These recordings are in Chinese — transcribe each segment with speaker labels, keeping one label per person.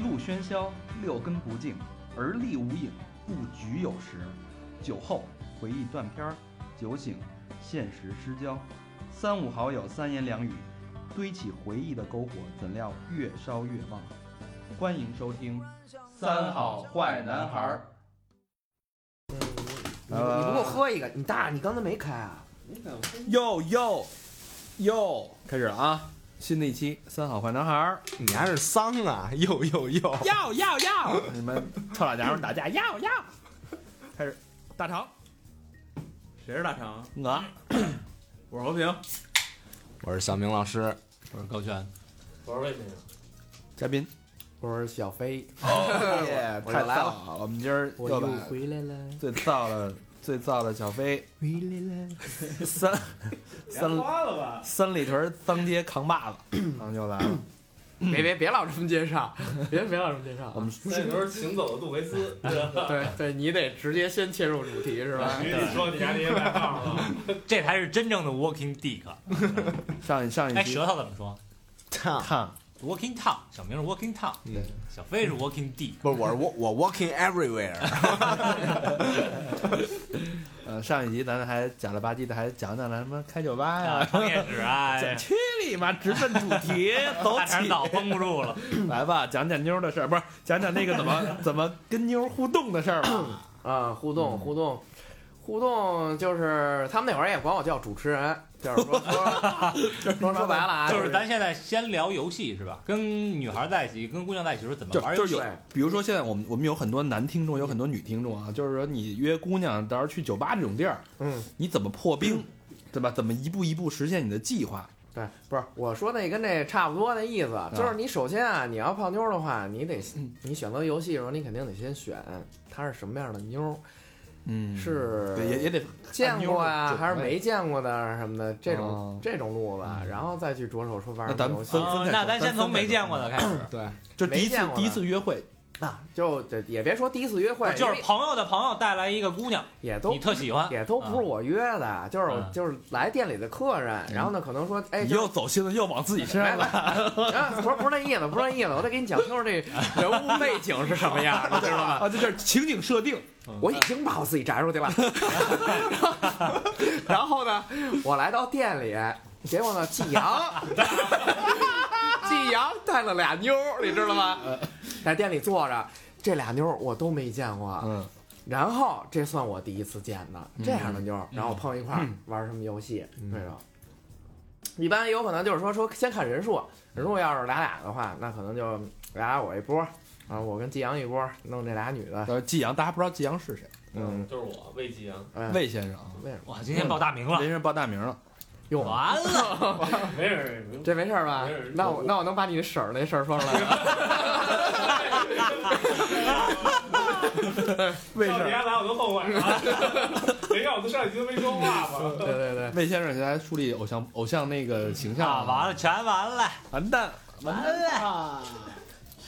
Speaker 1: 路喧嚣，六根不净，而立无影，不局有时。酒后回忆断片儿，酒醒现实失焦。三五好友三言两语，堆起回忆的篝火，怎料越烧越旺。欢迎收听《三好坏男孩儿》。
Speaker 2: 你你不给我喝一个？你大，你刚才没开啊？
Speaker 3: 哟哟哟，开始了啊！新的一期《三好坏男孩儿
Speaker 4: 你还是丧啊！又又又，》，
Speaker 3: 要要要！你们臭老娘们打架，要要！开始，大肠，谁是大肠？我，我是和平，
Speaker 4: 我是小明老师，
Speaker 3: 我是高轩，
Speaker 5: 我是魏先生，
Speaker 3: 嘉宾。
Speaker 2: 我是小飞，
Speaker 3: 耶，
Speaker 2: 哦我
Speaker 3: 太
Speaker 2: 又来了
Speaker 3: 燥了！我们今儿
Speaker 2: 我
Speaker 3: 又
Speaker 2: 又
Speaker 3: 把
Speaker 2: 回来了，
Speaker 3: 最燥的、最燥的小飞
Speaker 2: 回来了。
Speaker 3: 三三
Speaker 5: 了吧！
Speaker 3: 三里屯当街扛把子，然后又来了。
Speaker 2: 别别别老这么介绍，别别老这么介绍啊。
Speaker 3: 我们
Speaker 5: 那时候行走的杜 维斯，
Speaker 2: 对对，你得直接先切入主题是
Speaker 3: 哎
Speaker 2: 吧？
Speaker 5: 你说你家那些外号 了，
Speaker 6: 这才是真正的 walking dick。
Speaker 3: 上一上一
Speaker 6: 哎，
Speaker 3: 期
Speaker 6: 舌头怎么说
Speaker 4: 操！
Speaker 3: 看
Speaker 6: ？walking tongue。小明是 walking tongue，
Speaker 4: 嗯
Speaker 6: 小飞是 walking dick。
Speaker 4: 不是，我是我我 walking everywhere。
Speaker 3: 呃，上一集咱还假了吧唧的，还讲讲了什么开酒吧
Speaker 6: 啊，
Speaker 3: 哎呀？
Speaker 6: 创业 史啊，
Speaker 3: 怎去你妈！直奔主题， 走
Speaker 6: 大肠
Speaker 3: 起
Speaker 6: 早绷不住了。
Speaker 3: 来吧，讲讲妞的事儿，不是讲讲那个怎么怎么跟妞互动的事儿吧？
Speaker 2: 啊，互动互动互动，就是他们那会儿也管我叫主持人，就是说说 说说白了
Speaker 3: 哎
Speaker 2: 啊，
Speaker 6: 就是咱现在先聊游戏是吧？跟女孩在一起，跟姑娘在一起时候怎么
Speaker 3: 就
Speaker 6: 玩
Speaker 3: 就
Speaker 6: 游
Speaker 3: 是
Speaker 6: 戏
Speaker 3: 有？
Speaker 2: 对，
Speaker 3: 比如说现在我们我们有很多男听众，有很多女听众啊，就是说你约姑娘，到时候去酒吧这种地儿，
Speaker 2: 嗯，
Speaker 3: 你怎么破冰，对吧？怎么一步一步实现你的计划？
Speaker 2: 对，不是我说那跟这差不多那意思，就是你首先啊，你要泡妞儿的话，你得
Speaker 3: 嗯
Speaker 2: 你选择游戏的时候，你肯定得先选她是什么样的妞儿，
Speaker 3: 嗯，
Speaker 2: 是
Speaker 3: 对也也得
Speaker 2: 见过呀，
Speaker 3: 按妞儿的种类
Speaker 2: 还是没见过的啊什么的这
Speaker 3: 哦嗯
Speaker 2: 种这种路子，啊然后再去着手说玩
Speaker 3: 那咱
Speaker 2: 儿
Speaker 3: 们
Speaker 2: 游戏
Speaker 3: 分分开
Speaker 6: 哦
Speaker 3: 说嗯
Speaker 6: 那咱先从没见过的开始，
Speaker 4: 对，
Speaker 3: 就第一
Speaker 2: 没
Speaker 3: 次
Speaker 2: 见过的
Speaker 3: 第一次约会，
Speaker 2: 啊，就这也别说第一次约会，
Speaker 6: 就
Speaker 2: 因
Speaker 6: 是
Speaker 2: 为
Speaker 6: 朋友的朋友带来一个姑娘，
Speaker 2: 也都
Speaker 6: 你特喜欢，
Speaker 2: 也都不是我约的，就是我
Speaker 6: 嗯
Speaker 2: 就是来店里的客人，然后呢可能说哎
Speaker 3: 嗯你
Speaker 2: 就是
Speaker 3: 又走心了，又往自己身上
Speaker 2: 来
Speaker 3: 拉
Speaker 2: 来，。啊，不是不是那意思，不是那意思，我得给你讲清楚这人物背景是什么样， 你知道吗？
Speaker 3: 啊，这就是情景设定，
Speaker 2: 我已经把我自己摘出去了。 然后呢，我来到店里，结果呢，季阳，季阳带了俩妞儿，你知道吗？在店里坐着，这俩妞儿我都没见过。
Speaker 3: 嗯，
Speaker 2: 然后这算我第一次见的这样的妞儿，然后碰一块儿玩什么游戏那种。一般有可能就是说说先看人数，人数要是俩俩的话，那可能就俩俩我一波，啊，我跟季阳一波，弄这俩女的，
Speaker 3: 呃，季阳，大家不知道季阳是谁，
Speaker 2: 嗯，
Speaker 5: 就是我魏继阳，
Speaker 2: 嗯
Speaker 3: 魏先生啊，
Speaker 2: 为什么？
Speaker 6: 哇，今天报大名了
Speaker 3: 魏，先生报大名了，嗯
Speaker 2: 用
Speaker 6: 完了，
Speaker 5: 没事，没事
Speaker 2: 这没事儿吧
Speaker 5: 没事？
Speaker 2: 那我那我能把你的婶儿那事儿说出来 吗？
Speaker 3: 魏先
Speaker 5: 到你
Speaker 3: 生，
Speaker 5: 家来我都后悔了。没看我都上一集都没说话吗？
Speaker 2: 对对对，
Speaker 3: 魏先生现在树立偶像偶像那个形象
Speaker 6: 啊，完
Speaker 3: 了，
Speaker 6: 了，全完了，
Speaker 3: 完蛋，
Speaker 6: 完了。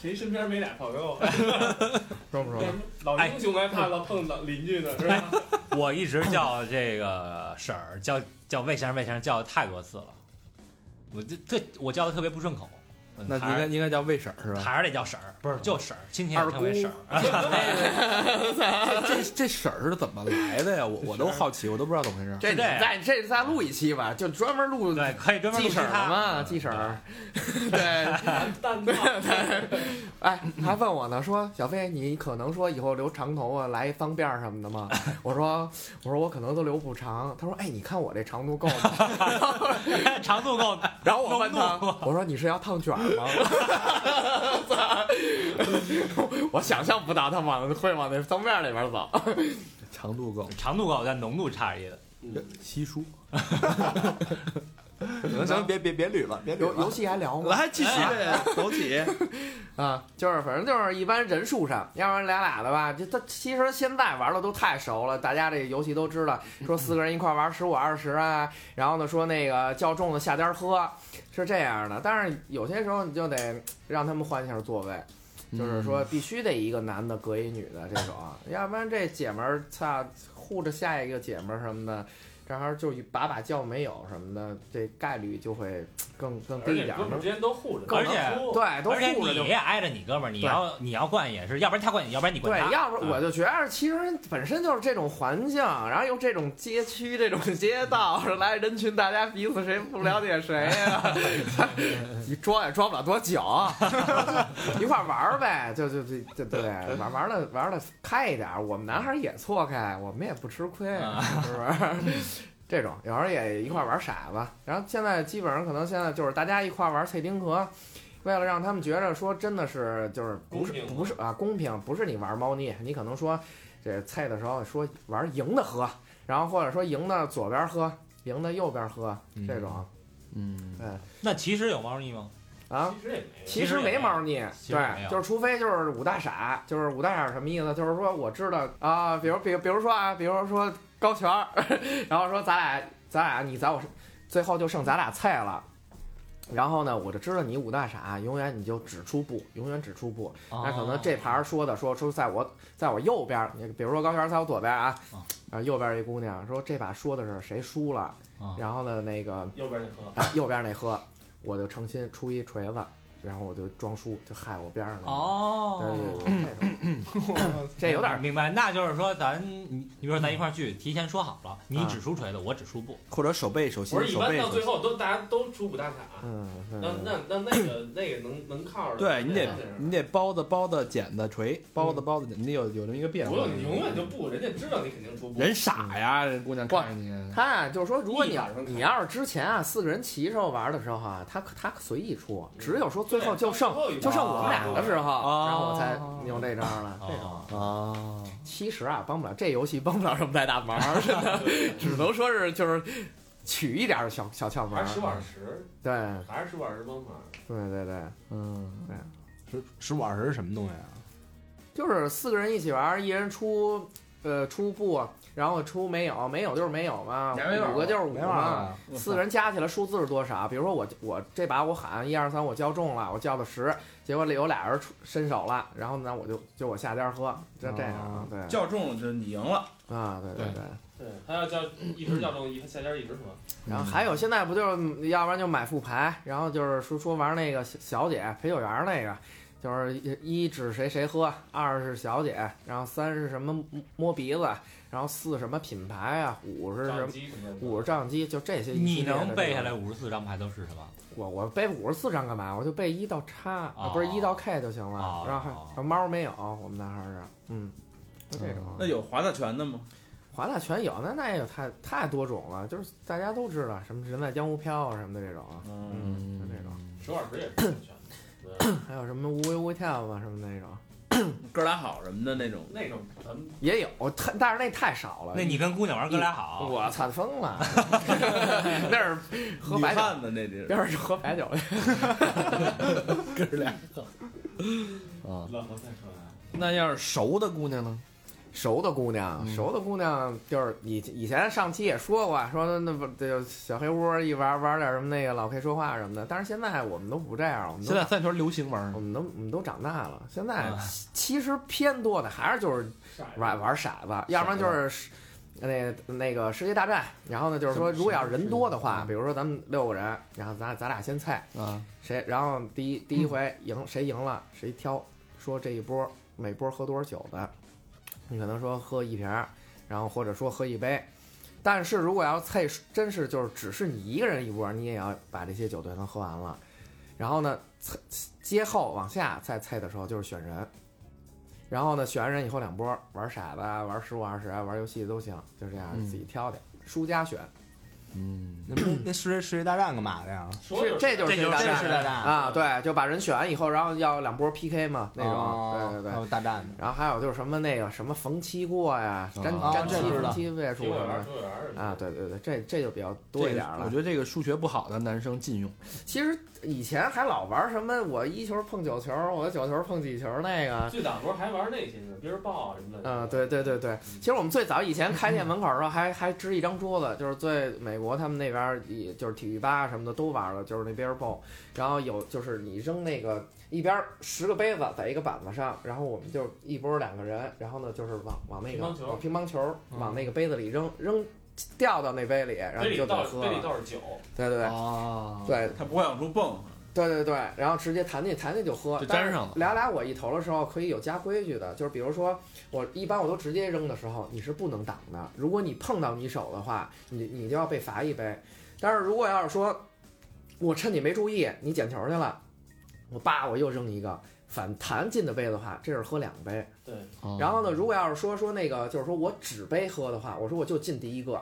Speaker 5: 谁身边没俩朋友？
Speaker 2: 说不说？
Speaker 5: 老英雄还怕老碰老邻居呢，是吧？
Speaker 6: 哎 我一直叫这个婶儿，叫叫魏先生，魏先生叫的太多次了，我这特我叫的特别不顺口，嗯
Speaker 3: 那
Speaker 6: 还
Speaker 3: 应
Speaker 6: 是
Speaker 3: 该应该叫魏婶儿是吧？
Speaker 6: 还是得叫婶儿，不是就婶儿，亲戚也
Speaker 2: 二
Speaker 6: 称为
Speaker 2: 姑
Speaker 6: 婶儿。
Speaker 3: 这这婶儿是怎么来的呀？我我都好奇，我都不知道怎么回事。
Speaker 2: 这
Speaker 6: 是这样
Speaker 2: 再这再录一期吧，就专门录
Speaker 6: 对，可以专门
Speaker 2: 季
Speaker 6: 录制
Speaker 2: 婶儿
Speaker 6: 他嗯
Speaker 2: 嘛，季婶儿，对。
Speaker 5: 蛋蛋，
Speaker 2: 哎，还问我呢，说小飞，你可能说以后留长头发来方辫儿什么的吗？ 我说，我说我可能都留不长。他说，哎，你看我这长度够 吗？
Speaker 6: 长度够，
Speaker 2: 然后我问他
Speaker 6: 能录吗，
Speaker 2: 我说你是要烫卷儿吗？ 我想象不到他往会往那方辫儿里边走。
Speaker 3: 长度够，
Speaker 6: 长度够，但浓度差一点。
Speaker 3: 稀疏。
Speaker 4: 行行，别别别捋了，别捋
Speaker 2: 游游
Speaker 4: 了。
Speaker 2: 戏还聊吗？
Speaker 3: 来，继续走起。
Speaker 2: 啊，就是反正就是一般人数上，要不然俩俩的吧。就他其实现在玩的都太熟了，大家这游戏都知道，说四个人一块玩十五二十啊，然后呢说那个叫重的下边喝，是这样的。但是有些时候你就得让他们换一下座位，就是说必须得一个男的隔一女的这种，要不然这姐们儿操护着下一个姐们儿什么的，正好就一把把叫没有什么的，这概率就会更更
Speaker 5: 而
Speaker 2: 低一
Speaker 5: 且
Speaker 2: 点
Speaker 5: 哥。们儿之间都护着，
Speaker 6: 而且
Speaker 5: 都能出
Speaker 2: 对，都
Speaker 6: 而且
Speaker 2: 护着
Speaker 6: 你
Speaker 2: 就
Speaker 6: 也挨着你哥们儿，你
Speaker 2: 对
Speaker 6: 要你要惯也是，要不然他惯你，要不然你惯他。
Speaker 2: 对，要不
Speaker 6: 嗯
Speaker 2: 我就觉得其实本身就是这种环境，然后又这种街区、这种街道，来人群，大家彼此谁不了解谁呀、 你装也装不了多久，一块儿玩儿呗，就就就就对，玩玩的玩的开一点儿。我们男孩儿也错开，我们也不吃亏，
Speaker 6: 啊
Speaker 2: 是不是？这种有时候也一块儿玩骰子，然后现在基本上可能现在就是大家一块儿玩儿脆丁壳，为了让他们觉着说真的是就是不是
Speaker 5: 公平
Speaker 2: 不是啊公平，不是你玩猫腻，你可能说这菜的时候说玩赢的喝，然后或者说赢的左边喝，赢的右边喝这
Speaker 4: 啊
Speaker 2: 种
Speaker 3: 嗯，
Speaker 6: 那其实有猫腻吗？
Speaker 2: 啊。
Speaker 5: 其实也没
Speaker 2: 其实没猫腻，
Speaker 6: 其实没
Speaker 2: 对，
Speaker 6: 有
Speaker 2: 就是除非就是五大傻，就是五大傻是什么意思？就是说我知道啊，比如比如比如说啊，比如说高泉儿， 然后说咱俩咱俩你砸我，最后就剩咱俩菜了。然后呢，我就知道你五大傻，永远你就只出步，永远只出步。
Speaker 6: 哦
Speaker 2: 那可能这盘说的说说在我在我右边儿，你比如说高泉儿在我左边儿啊
Speaker 6: 啊，
Speaker 2: 啊右边儿一姑娘说这把说的是谁输了
Speaker 6: 啊，
Speaker 2: 然后呢那个
Speaker 5: 右边那喝，
Speaker 2: 啊右边儿那喝， 我就诚心出一锤子，然后我就装输，就害我边上那个。
Speaker 6: 哦。
Speaker 2: 对，对对这有点儿
Speaker 6: 明白，那就是说咱你你比如说咱一块儿去，提前说好了，
Speaker 4: 嗯
Speaker 6: 你只输锤子，我只输布。
Speaker 4: 或者手背、手心
Speaker 5: 不、是一
Speaker 4: 手
Speaker 5: 般
Speaker 4: 背
Speaker 5: 到最
Speaker 4: 手。
Speaker 5: 后都大家都出五大卡，
Speaker 2: 嗯，嗯
Speaker 5: 那那那那个那个能能靠着，
Speaker 3: 对你得
Speaker 5: 那是
Speaker 3: 你得包子包子剪子锤，包
Speaker 7: 嗯
Speaker 3: 子包子剪，你得有有这么一个变
Speaker 5: 不
Speaker 3: 化。
Speaker 5: 用，你永远就不，人家知道你肯定出不。
Speaker 3: 人傻呀，这姑娘看着你，
Speaker 2: 他啊，就是说，如果你要
Speaker 5: 一把人
Speaker 2: 你要是之前啊四个人齐时候玩的时候啊，他可他可随意出，只有说最后就剩
Speaker 5: 嗯对
Speaker 2: 就剩我们俩的时候，
Speaker 3: 哦
Speaker 2: 然后我才用这招了。这种
Speaker 6: 哦，
Speaker 3: 啊，
Speaker 2: 其实啊，帮不了这游戏帮不了什么太大忙，真的，只能说是就是取一点儿小小窍门
Speaker 5: 还是十五
Speaker 2: 儿。
Speaker 5: 二十，
Speaker 2: 对
Speaker 5: 还是十五二十帮忙。
Speaker 2: 对对对，
Speaker 3: 嗯，
Speaker 4: 十十五二十是什么东西啊？
Speaker 2: 就是四个人一起玩，一人出呃出布，然后出没有，没有就是没有嘛，
Speaker 3: 俩没有
Speaker 2: 五个就是五
Speaker 3: 没玩啊
Speaker 2: 嘛。
Speaker 3: 了，
Speaker 2: 四个人加起来数字是多少？比如说我我这把我喊一二三，我叫中了，我叫的十，结果有俩人出伸手了，然后呢我就就我下边喝，就这样
Speaker 3: 哦
Speaker 2: 啊，对
Speaker 7: 较重了就你赢了，
Speaker 2: 啊对对对。
Speaker 5: 对，他要叫一直叫中，一下家一直喝。
Speaker 2: 然后
Speaker 3: 嗯
Speaker 2: 还有现在不就是要不然就买副牌，然后就是说说玩那个小小姐陪酒员儿那个，就是一一指谁谁喝，二是小姐，然后三是什么摸摸鼻子，然后四什么品牌啊，五是什
Speaker 5: 照
Speaker 2: 么。
Speaker 5: 机什么的
Speaker 2: 五是照相机，就这些一
Speaker 6: 你
Speaker 2: 系列的
Speaker 6: 能背下
Speaker 2: 这种
Speaker 6: 来五十四张牌都是什么？
Speaker 4: 啊
Speaker 2: 我我背五十四张干嘛？我就背一到叉、啊，不是
Speaker 6: 哦
Speaker 2: 一到 K 就行了。
Speaker 6: 哦
Speaker 2: 然后
Speaker 6: 哦
Speaker 2: 还猫没有，我们男孩儿是，嗯，就这种。
Speaker 6: 哦
Speaker 2: 啊
Speaker 7: 那有划大拳的吗？
Speaker 2: 华大全有，那那也有太太多种了，就是大家都知道什么人在江湖飘啊什么的这种，
Speaker 7: 嗯，
Speaker 2: 嗯，就这种，
Speaker 5: 十五二十也是全的。
Speaker 2: 还有什么无为无跳啊什么那种
Speaker 7: 哥俩好什么的那种。
Speaker 5: 那种咱们
Speaker 2: 也有，太但是那太少了。
Speaker 6: 那你跟姑娘玩哥俩好，
Speaker 2: 我操疯了，那是喝
Speaker 7: 女
Speaker 2: 白酒，
Speaker 7: 汉子那地儿，
Speaker 2: 边儿是喝白酒去。
Speaker 3: 哥俩啊，
Speaker 5: 老婆再说啊，
Speaker 3: 那要是熟的姑娘呢？
Speaker 2: 熟的姑娘，
Speaker 3: 嗯
Speaker 2: 熟的姑娘就是以以前上期也说过，说那不就小黑屋一玩玩点什么那个老 K 说话什么的，但是现在我们都不这样，我们都
Speaker 3: 现在三里屯流行玩
Speaker 2: 我们都我们都长大了，现在
Speaker 6: 啊
Speaker 2: 其其实偏多的还是就是
Speaker 5: 傻呀
Speaker 2: 玩玩骰子，要不然就是世那个那个世界大战，然后呢就是说，如果要是嗯人多的话，比如说咱们六个人，然后咱咱俩先猜
Speaker 3: 啊，
Speaker 2: 谁，然后第一第一回赢谁赢了谁挑，说这一波每波喝多少酒的，你可能说喝一瓶儿，然后或者说喝一杯。但是如果要菜真是就是只是你一个人一波，你也要把这些酒都能喝完了。然后呢，菜接后往下再菜的时候就是选人，然后呢选完人以后两波玩骰子啊、玩十五二十啊、玩游戏都行，就这样
Speaker 3: 嗯
Speaker 2: 自己挑的，输家选。
Speaker 3: 嗯，
Speaker 4: 那不那世界世界大战干嘛的呀？
Speaker 5: 说就是
Speaker 2: 这就是
Speaker 6: 这就是
Speaker 2: 大
Speaker 4: 世界
Speaker 2: 战
Speaker 4: 大战
Speaker 2: 啊，对，就把人选完以后，然后要两波 PK 嘛，那种，
Speaker 4: 哦
Speaker 2: 对对
Speaker 4: 还
Speaker 2: 对。
Speaker 4: 有大战的。
Speaker 2: 然后还有就是什么那个什么逢七过呀，沾
Speaker 3: 哦
Speaker 2: 沾
Speaker 4: 这
Speaker 2: 七
Speaker 4: 知道
Speaker 2: 逢七位数
Speaker 5: 水果
Speaker 2: 什
Speaker 5: 园
Speaker 2: 么
Speaker 5: 水果园
Speaker 2: 的啊，，对对对，这这就比较多一点
Speaker 3: 我
Speaker 2: 了
Speaker 3: 觉。得这个数学不好的男生禁用。
Speaker 2: 其实以前还老玩什么我一球碰九球，我九球碰几球那个，
Speaker 5: 最早时候还玩那些呢，别人抱啊什么的。
Speaker 2: 嗯，对对对对，其实我们最早以前开店门口的时候还还支一张桌子，就是最美国他们那边儿也就是体育吧什么的都玩了，就是那 beer pong，然后有就是你扔那个一边十个杯子在一个板子上，然后我们就一波两个人，然后呢就是往往那个
Speaker 5: 乒乓球嗯
Speaker 2: 往乒乓球往那个杯子里扔，扔掉到那杯里，然后
Speaker 5: 杯
Speaker 2: 你
Speaker 5: 里
Speaker 2: 就得
Speaker 5: 倒
Speaker 2: 喝
Speaker 5: 杯里
Speaker 2: 了。
Speaker 5: 倒是酒，
Speaker 2: 对对对、
Speaker 3: 哦，
Speaker 2: 对
Speaker 7: 它不会往出蹦。
Speaker 2: 对对对，然后直接弹进弹进就喝，
Speaker 3: 就
Speaker 2: 但是
Speaker 3: 粘上了
Speaker 2: 俩俩我一投的时候可以有加规矩的，就是比如说我一般我都直接扔的时候，你是不能挡的。如果你碰到你手的话，你你就要被罚一杯。但是如果要是说我趁你没注意，你捡球去了，我叭我又扔一个反弹进的杯的话，这是喝两杯。然后呢，如果要是说说那个，就是说我只杯喝的话，我说我就进第一个，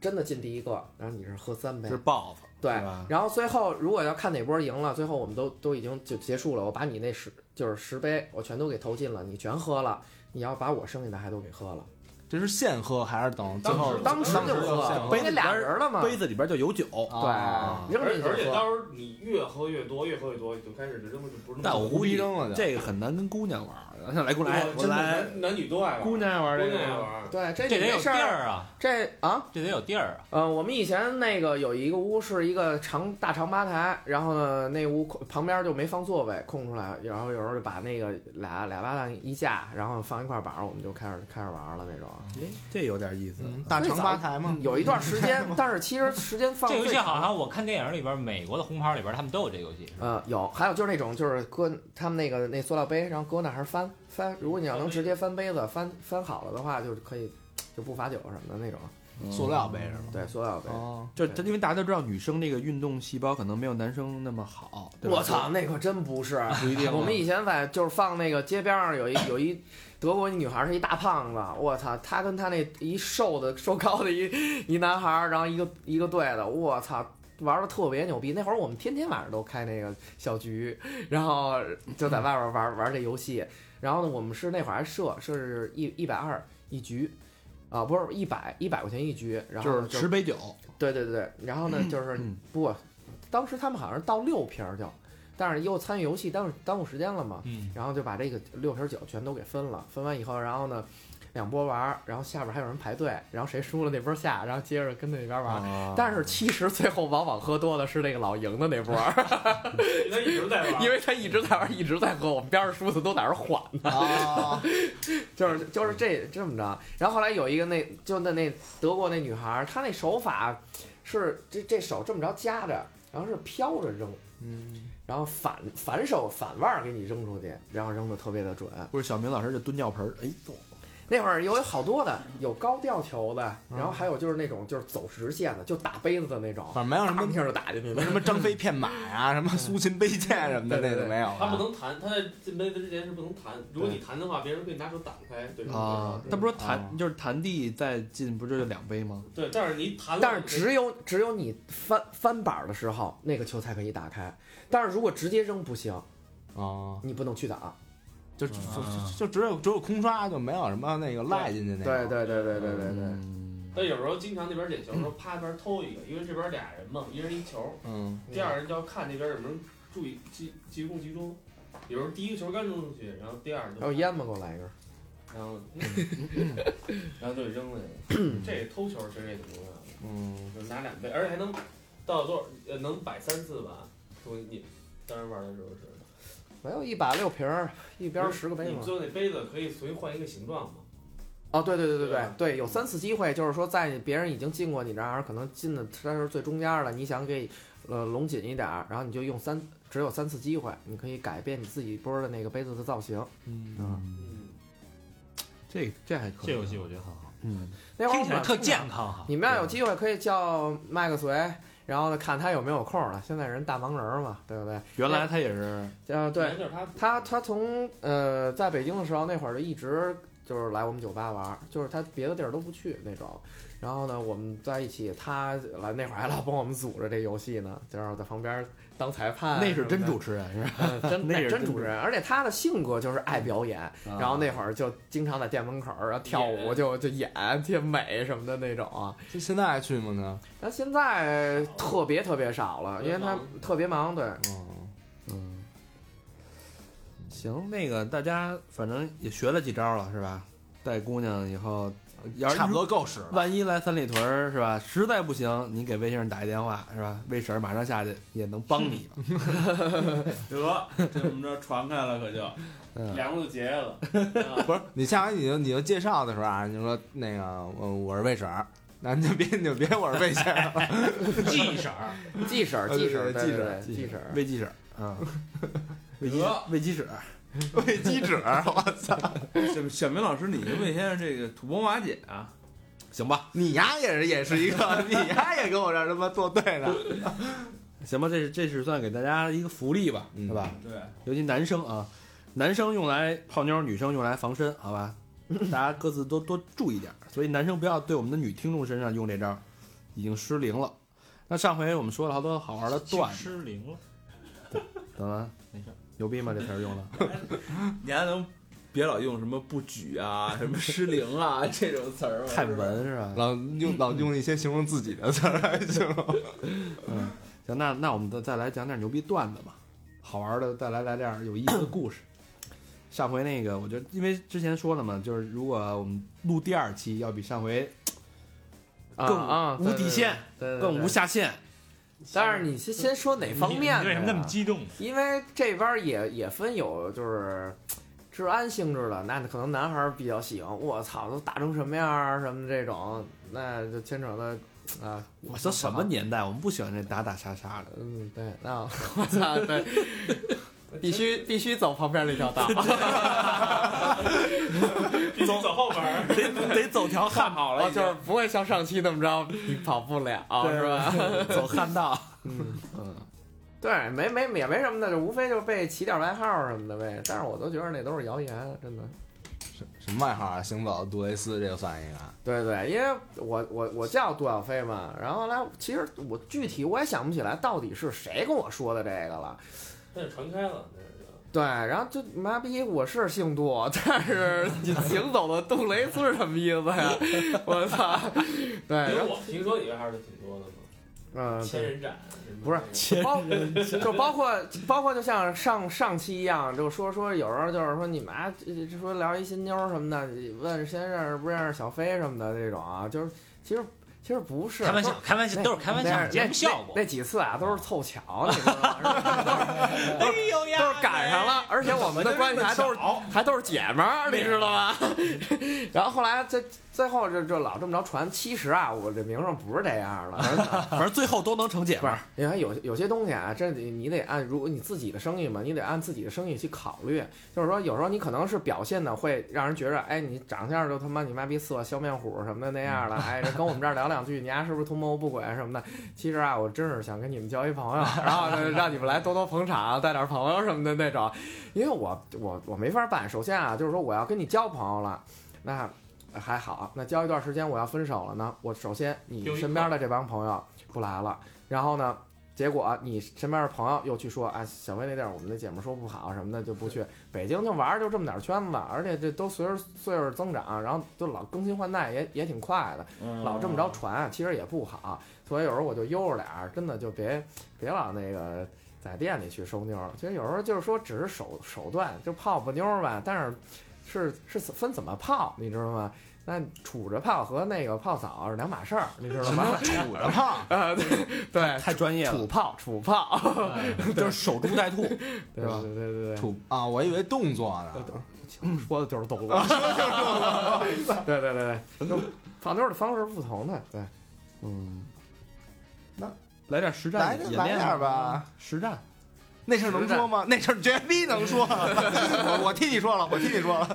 Speaker 2: 真的进第一个，然后你是喝三杯
Speaker 3: 是，豹子，
Speaker 2: 对
Speaker 3: 是吧。
Speaker 2: 然后最后如果要看哪波赢了，最后我们都都已经就结束了，我把你那十就是十杯我全都给投进了，你全喝了，你要把我剩下的还都给喝了，
Speaker 4: 这是现喝还是等最后
Speaker 2: 当时就
Speaker 4: 现
Speaker 2: 喝，
Speaker 4: 喝
Speaker 2: 不？那俩人了嘛，
Speaker 7: 杯子里边就有酒，
Speaker 4: 啊
Speaker 3: 哦
Speaker 2: 对，扔
Speaker 5: 而
Speaker 2: 进
Speaker 5: 而
Speaker 2: 去
Speaker 5: 且
Speaker 2: 喝，
Speaker 5: 到时候你越喝越多，越喝越多，就开始扔的就不是那
Speaker 3: 但
Speaker 5: 么
Speaker 3: 我
Speaker 5: 多。
Speaker 3: 估
Speaker 4: 胡逼
Speaker 3: 计
Speaker 4: 扔了就。
Speaker 3: 这个很难跟姑娘玩儿，想来给我来，
Speaker 5: 我
Speaker 3: 我
Speaker 5: 真的
Speaker 3: 来，
Speaker 5: 男男女都爱玩，
Speaker 3: 姑娘玩
Speaker 5: 姑
Speaker 3: 儿这
Speaker 5: 娘
Speaker 3: 个
Speaker 5: 爱
Speaker 3: 吗，
Speaker 5: 玩，
Speaker 2: 对，这
Speaker 6: 这
Speaker 2: 你
Speaker 6: 得
Speaker 2: 没
Speaker 6: 有
Speaker 2: 事
Speaker 6: 地
Speaker 2: 儿，
Speaker 6: 儿啊，
Speaker 2: 这啊。
Speaker 6: 这得有地儿啊。
Speaker 2: 呃，我们以前那个有一个屋是一个长大长吧台，然后呢，那屋空旁边就没放座位，空出来，然后有时候就把那个俩俩八蛋一架，然后放一块板儿，我们就开始开始玩了那种。
Speaker 3: 哎，这有点意思。
Speaker 4: 嗯大长吧台嘛，
Speaker 2: 有一段时间，但是其实时间放
Speaker 6: 这游
Speaker 2: 最
Speaker 6: 戏好
Speaker 2: 长
Speaker 6: 像我看电影里边，美国的红牌里边他们都有这游戏，是吧
Speaker 4: 嗯
Speaker 2: 呃，有，还有就是那种，就是搁他们那个那塑料杯，然后搁那儿翻翻。如果你要能直接翻杯子，翻翻好了的话，就可以就不罚酒什么的那种。
Speaker 3: 嗯
Speaker 4: 塑料杯是吗？
Speaker 2: 对，塑料杯。
Speaker 4: 哦，
Speaker 3: 就是他，因为大家都知道女生那个运动细胞可能没有男生那么好。对吧
Speaker 2: 我操，，那可真不是。
Speaker 3: 不一定啊。
Speaker 2: 我们以前在就是放那个街边上有一 有一德国女孩是一大胖子，我操，她跟她那一瘦的瘦高的一一男孩儿，然后一个一个队的，我操。玩的特别牛逼，那会儿我们天天晚上都开那个小局，然后就在外边
Speaker 3: 嗯
Speaker 2: 玩玩这游戏。然后呢，我们是那会儿还设设是一一百二一局，啊，不是一百一百块钱一局，然后
Speaker 3: 就
Speaker 2: 呢
Speaker 3: 是十杯酒，
Speaker 2: 对对对，然后呢，就是
Speaker 3: 嗯
Speaker 2: 不，当时他们好像是到六瓶儿就，但是又参与游戏，耽误耽误时间了嘛，
Speaker 6: 嗯，
Speaker 2: 然后就把这个六瓶儿酒全都给分了，分完以后，然后呢，两波玩儿，然后下边还有人排队，然后谁输了那波下，然后接着跟那边
Speaker 3: 啊
Speaker 2: 玩儿。 但是其实最后往往喝多的是那个老赢的那波儿，
Speaker 5: 他一直在玩，
Speaker 2: 因为他一直在玩儿，一直在喝，我们边上输的都在那儿缓
Speaker 4: 啊，
Speaker 2: 就是就是这这么着。然后后来有一个那就那那德国那女孩儿，她那手法是这这手这么着夹着，然后是飘着扔，
Speaker 4: 嗯，
Speaker 2: 然后反反手反腕儿给你扔出去，然后扔的特别的准。
Speaker 3: 不是小明老师就蹲尿盆儿，哎呦，
Speaker 2: 那会儿有好多的，有高吊球的，然后还有就是那种就是走直线的，就打杯子的那种，
Speaker 4: 反正没有什
Speaker 2: 当
Speaker 4: 么
Speaker 2: 天就打进去了
Speaker 4: 没。什么张飞骗马呀，什么苏秦背剑什么 的，
Speaker 2: 对对
Speaker 4: 那
Speaker 2: 对
Speaker 4: 个没有
Speaker 5: 他不
Speaker 4: 了。
Speaker 5: 能弹，他在进杯子之前是不能弹，如果你弹的话，别人会拿手挡开，对方
Speaker 3: 啊，
Speaker 5: 对
Speaker 3: 他不是说
Speaker 4: 啊
Speaker 3: 弹就是弹地再进，不是就两杯吗？
Speaker 5: 对，但是你弹了，
Speaker 2: 但是只有只有你翻翻板儿的时候，那个球才可以打开。但是如果直接扔不行，
Speaker 4: 啊，
Speaker 2: 你不能去挡。
Speaker 4: 就就
Speaker 6: 嗯啊
Speaker 4: 就就只有只有空刷，就没有什么啊那个赖进去那
Speaker 2: 对
Speaker 4: 个。
Speaker 2: 对对对对对对。
Speaker 3: 嗯，
Speaker 5: 但有时候经常那边捡球的时候，啪一边偷一个，因为这边俩人嘛，一人一球，
Speaker 4: 嗯，
Speaker 5: 第二人就要看那边有没有人注意集集中集中。有时候第一个球刚扔出去，然后第二就
Speaker 2: 还有烟吗？给我来一根。
Speaker 5: 然后然后就给扔了那 个。这偷球其实也挺重要的，啊
Speaker 4: 嗯，
Speaker 5: 就拿两倍，而且还能到多少？呃，能摆三次吧？我你当时玩的时候是，
Speaker 2: 没有一百六瓶儿，一边儿十个杯
Speaker 5: 你
Speaker 2: 嘛
Speaker 5: 们。最后那杯子可以随换一个形状嘛？
Speaker 2: 哦，对对对对
Speaker 5: 对
Speaker 2: 对
Speaker 5: 吧
Speaker 2: 对，有三次机会，就是说在别人已经进过你这儿，可能进的它是最中间儿了，你想给呃拢紧一点儿，然后你就用三，只有三次机会，你可以改变你自己波儿的那个杯子的造型。
Speaker 5: 嗯，
Speaker 3: 这这还可以。啊
Speaker 6: 这游戏我觉得很好，
Speaker 3: 嗯，
Speaker 2: 那会儿
Speaker 6: 听起来
Speaker 2: 我
Speaker 6: 特
Speaker 2: 们
Speaker 6: 健康啊哈。
Speaker 2: 你们要有机会可以叫麦克隋，然后呢看他有没有空了。现在人大忙人儿嘛，对不对？
Speaker 3: 原来他也是
Speaker 2: 呃，对，
Speaker 5: 就是他
Speaker 2: 他他从呃在北京的时候那会儿就一直就是来我们酒吧玩儿，就是他别的地儿都不去那种。然后呢，我们在一起，他来那会儿还老帮我们组织这游戏呢，就是在旁边当裁
Speaker 4: 哎
Speaker 2: 判。
Speaker 3: 那是真
Speaker 2: 主
Speaker 3: 主持人是吧？
Speaker 2: 嗯真
Speaker 3: 那是
Speaker 2: 真
Speaker 3: 真
Speaker 2: 主持人，而且他的性格就是爱表演，然后那会儿就经常在店门口儿然后跳舞
Speaker 5: 演
Speaker 2: 就就演就美什么的那种啊。
Speaker 4: 这现在还去吗？呢？
Speaker 2: 但现在特别特别少了，因为他特别忙，对，
Speaker 4: 嗯，
Speaker 3: 嗯，行，那个大家反正也学了几招了是吧？带姑娘以后，要是
Speaker 4: 差不多够使了。
Speaker 3: 万一来三里屯儿是吧？实在不行，你给魏先生打一电话是吧？魏婶儿马上下去也能帮你。
Speaker 7: 得这么着传开了，可就
Speaker 5: 梁子结了，
Speaker 4: 呃不是，你下回你就你就介绍的时候啊，你就说那个，我我是魏婶儿，那你就别你就别我是魏先生 了，
Speaker 6: 记婶儿，
Speaker 2: 记婶儿，
Speaker 4: 对
Speaker 2: 记婶
Speaker 3: 呃
Speaker 4: 对
Speaker 2: 儿，对
Speaker 4: 记
Speaker 2: 对
Speaker 4: 婶
Speaker 2: 对，
Speaker 4: 魏记
Speaker 2: 记婶儿。
Speaker 4: 者，嗯，魏记
Speaker 7: 得
Speaker 4: 魏记者， 魏记者，我操，
Speaker 7: 小小明老师，你跟魏先生这个土崩瓦解啊，
Speaker 3: 行吧，
Speaker 4: 你呀也是也是一个，你呀也跟我这儿他妈作对呢，
Speaker 3: 行吧，这是这是算给大家一个福利吧，
Speaker 4: 嗯
Speaker 3: 是吧？
Speaker 7: 对，
Speaker 3: 尤其男生啊，男生用来泡妞，女生用来防身，好吧？ 大家各自多多注意点儿，所以男生不要对我们的女听众身上用这招儿，已经失灵了。那上回我们说了好多好玩的段子，
Speaker 6: 失灵了，
Speaker 3: 怎么了
Speaker 6: 没事儿？
Speaker 3: 牛逼吗？这词儿用的？
Speaker 7: 你还能别老用什么不举啊、什么失灵啊这种词儿吗？
Speaker 3: 太文是吧？
Speaker 4: 老用老用一些形容自己的词儿来形容，
Speaker 3: 嗯行，那那我们再再来讲点牛逼段子吧，好玩的再来来点有意思的故事。上回那个，我觉得因为之前说了嘛，就是如果我们录第二期，要比上回
Speaker 2: 啊
Speaker 3: 更
Speaker 2: 啊，对
Speaker 3: 无底线，
Speaker 2: 对对对对
Speaker 3: 更无下限。
Speaker 2: 但是你先先说哪方面的呀？
Speaker 6: 你为什么那么激动呢？
Speaker 2: 因为这边儿也也分有就是治安性质的，那可能男孩儿比较喜欢，我操，都打成什么样儿什么这种，那就牵扯到啊，
Speaker 3: 我说什么年代，我们不喜欢这打打杀杀 的。
Speaker 2: 嗯，对，那我操，对，
Speaker 5: 呃
Speaker 2: 必须必须走旁边那条道，
Speaker 5: 必须走后门儿，
Speaker 2: 得得走条
Speaker 7: 看好了已经
Speaker 2: 就是不会像上期那么着，你跑不了，是吧？
Speaker 3: 走汉 道，嗯
Speaker 4: 嗯
Speaker 2: 对，没没也没什么的，就无非就是被起点外号什么的呗。但是我都觉得那都是谣言，真的。
Speaker 4: 什么外号啊？行走杜蕾斯这就算一个啊，
Speaker 2: 对对，因为我我我叫杜小飞嘛，然后后来其实我具体我也想不起来到底是谁跟我说的这个了。
Speaker 5: 但是传开了，那是
Speaker 2: 对，然后就妈逼，我是姓杜，但是你行走的杜蕾斯是什么意思呀？我操！对，哎
Speaker 5: 因
Speaker 2: 然
Speaker 5: 为
Speaker 2: 后
Speaker 5: 我听说里边还是挺多的嘛，
Speaker 2: 嗯，
Speaker 5: 千人斩什么
Speaker 2: 不是
Speaker 5: 的
Speaker 2: 包就包括包括就像上上期一样，就说说有时候就是说你们啊，这这说聊一新妞儿什么的，你问先认识不认识小飞什么的这种啊，就是其实其实不是
Speaker 6: 开玩笑，开玩笑，
Speaker 2: 那
Speaker 6: 都是开玩
Speaker 2: 那
Speaker 6: 笑，节
Speaker 2: 那
Speaker 6: 目效果
Speaker 2: 那。几次啊，都是凑巧，你知道 吗？都是都是赶上了，而且我们的关系还都是还都是姐们儿，你知道吗？ 然后后来最最后就就老这么着传，其实啊，我这名声不是这样的，
Speaker 3: 反正最后都能成姐
Speaker 2: 不
Speaker 3: 们
Speaker 2: 是
Speaker 3: 儿。，
Speaker 2: 因为有有些东西啊，这你你得按，如果你自己的生意嘛，你得按自己的生意去考虑。就是说，有时候你可能是表现的会让人觉着，哎，你长相就他妈你妈逼色笑面虎什么的那样的，哎，这跟我们这儿聊两句，你丫、是不是图谋不轨什么的？其实啊，我真是想跟你们交一朋友，然后就让你们来多多捧场，带点朋友什么的那种。因为我我我没法办，首先啊，就是说我要跟你交朋友了，那。还好，那交一段时间我要分手了呢。我首先你身边的这帮朋友不来了，然后呢，结果你身边的朋友又去说啊，小薇那地儿我们那姐们儿说不好什么的就不去。北京就玩儿就这么点儿圈子，而且这都随着岁数增长，然后就老更新换代也也挺快的，老这么着传，其实也不好。所以有时候我就悠着点儿，真的就别别老那个。在店里去收妞儿，其实有时候就是说，只是手手段，就泡泡妞儿吧。但是是是分怎么泡，你知道吗？那杵着泡和那个泡澡是两码事儿，你知道吗？
Speaker 4: 杵着胖，
Speaker 2: 啊，对 对，
Speaker 3: 太专业了嗯
Speaker 2: 杵，炮，杵炮，
Speaker 3: 就是守株待兔。
Speaker 2: 对
Speaker 4: 吧
Speaker 2: 对对对对，
Speaker 4: 杵啊，我以为动作呢，
Speaker 2: 说的就是动物，对对对对，就放妞的方式是不同的，对，
Speaker 3: 嗯，
Speaker 4: 那
Speaker 3: 来点实
Speaker 4: 来
Speaker 3: 战演
Speaker 4: 点
Speaker 3: 练
Speaker 4: 来点儿吧。
Speaker 3: 实战。
Speaker 4: 那事儿能说吗？那事儿绝逼能 说，我我替你说了，我替你说了。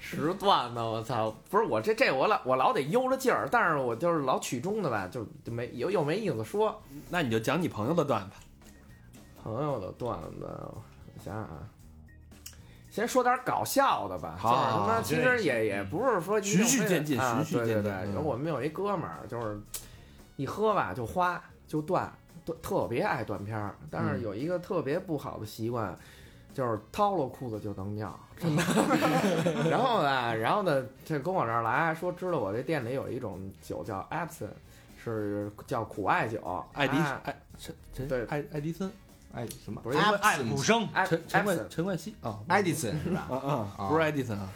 Speaker 2: 时段呢，我操，不是我这这我老我老得悠着劲儿，但是我就是老曲中的吧，就就没又又没意思说
Speaker 3: 那你就讲你朋友的段子。
Speaker 2: 朋友的段子，我想想啊。先说点搞笑的吧，
Speaker 3: 好
Speaker 2: 就是他
Speaker 3: 好
Speaker 2: 妈
Speaker 3: 好
Speaker 2: 其实也也不是说一定
Speaker 3: 循序
Speaker 2: 非得
Speaker 3: 渐进
Speaker 2: 啊
Speaker 3: 循序渐进
Speaker 2: 对对对，
Speaker 3: 嗯
Speaker 2: 然后我们有一哥们儿，就是一喝吧就花就断，断特别爱断片儿，但是
Speaker 3: 嗯
Speaker 2: 有一个特别不好的习惯，就是掏了裤子就能尿，真的。 然后呢，然后呢，这跟我这儿来说，知道我这店里有一种酒叫 Epson，是叫苦艾酒，
Speaker 3: 爱迪
Speaker 2: 啊
Speaker 3: 爱陈陈
Speaker 2: 对
Speaker 3: 爱爱迪森，
Speaker 4: 哎，什么？
Speaker 2: 不是
Speaker 6: 爱普生，
Speaker 2: 艾
Speaker 3: 陈陈
Speaker 2: Epson
Speaker 3: 冠陈冠希啊，
Speaker 4: 艾迪森是吧？
Speaker 3: 啊啊，
Speaker 4: 啊
Speaker 3: 不是爱迪森啊，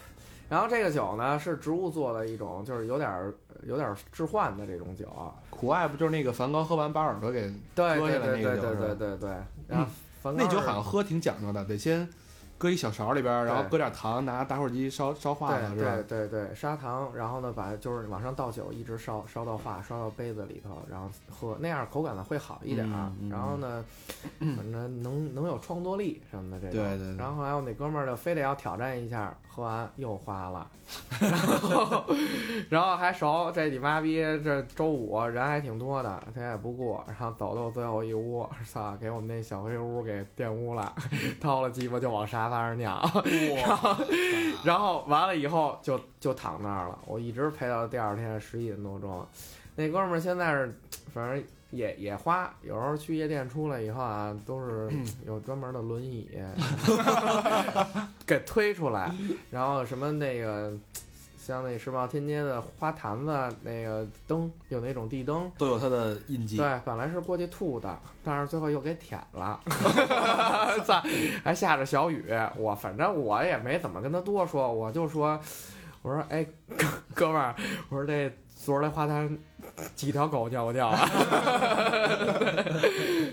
Speaker 2: 然后这个酒呢是植物做的一种，就是有点儿有点儿置换的这种酒。
Speaker 3: 苦艾不就是那个梵高喝完巴尔德给
Speaker 2: 对
Speaker 3: 喝
Speaker 2: 对
Speaker 3: 下来
Speaker 2: 对
Speaker 3: 那个
Speaker 2: 对
Speaker 3: 酒
Speaker 2: 对
Speaker 3: 是吧嗯
Speaker 2: 对对对。然后梵高
Speaker 3: 那酒
Speaker 2: 是
Speaker 3: 好像喝挺讲究的，得先搁一小勺里边儿，然后
Speaker 2: 对
Speaker 3: 搁点糖，拿打火机烧烧化了，是吧
Speaker 2: 对？对对对，砂糖，然后呢，把就是往上倒酒，一直烧烧到化，烧到杯子里头，然后喝，那样口感呢会好一点啊。
Speaker 3: 嗯嗯
Speaker 2: 然后呢，反正能能有创作力什么的这种。
Speaker 3: 对对对
Speaker 2: 然后还有那哥们儿就非得要挑战一下，喝完又花 了，然后然后还熟，这你妈逼这周五人还挺多的，他也不顾，然后走到最后一屋， 操，给我们那小黑屋给玷污了，掏了鸡巴就往沙发上尿，然后然后完了以后就就躺那儿了，我一直陪到第二天十一点多钟，那哥们儿现在是反正。也也花，有时候去夜店出来以后啊，都是有专门的轮椅，给推出来，然后什么那个，像那世贸天阶的花坛子啊那个灯，有那种地灯，
Speaker 3: 都有它的印记。
Speaker 2: 对，本来是过去吐的，但是最后又给舔了，操，还下着小雨，我反正我也没怎么跟他多说，我就说，我说哎，哥哥们儿，我说这昨儿来花坛几条狗尿不尿啊？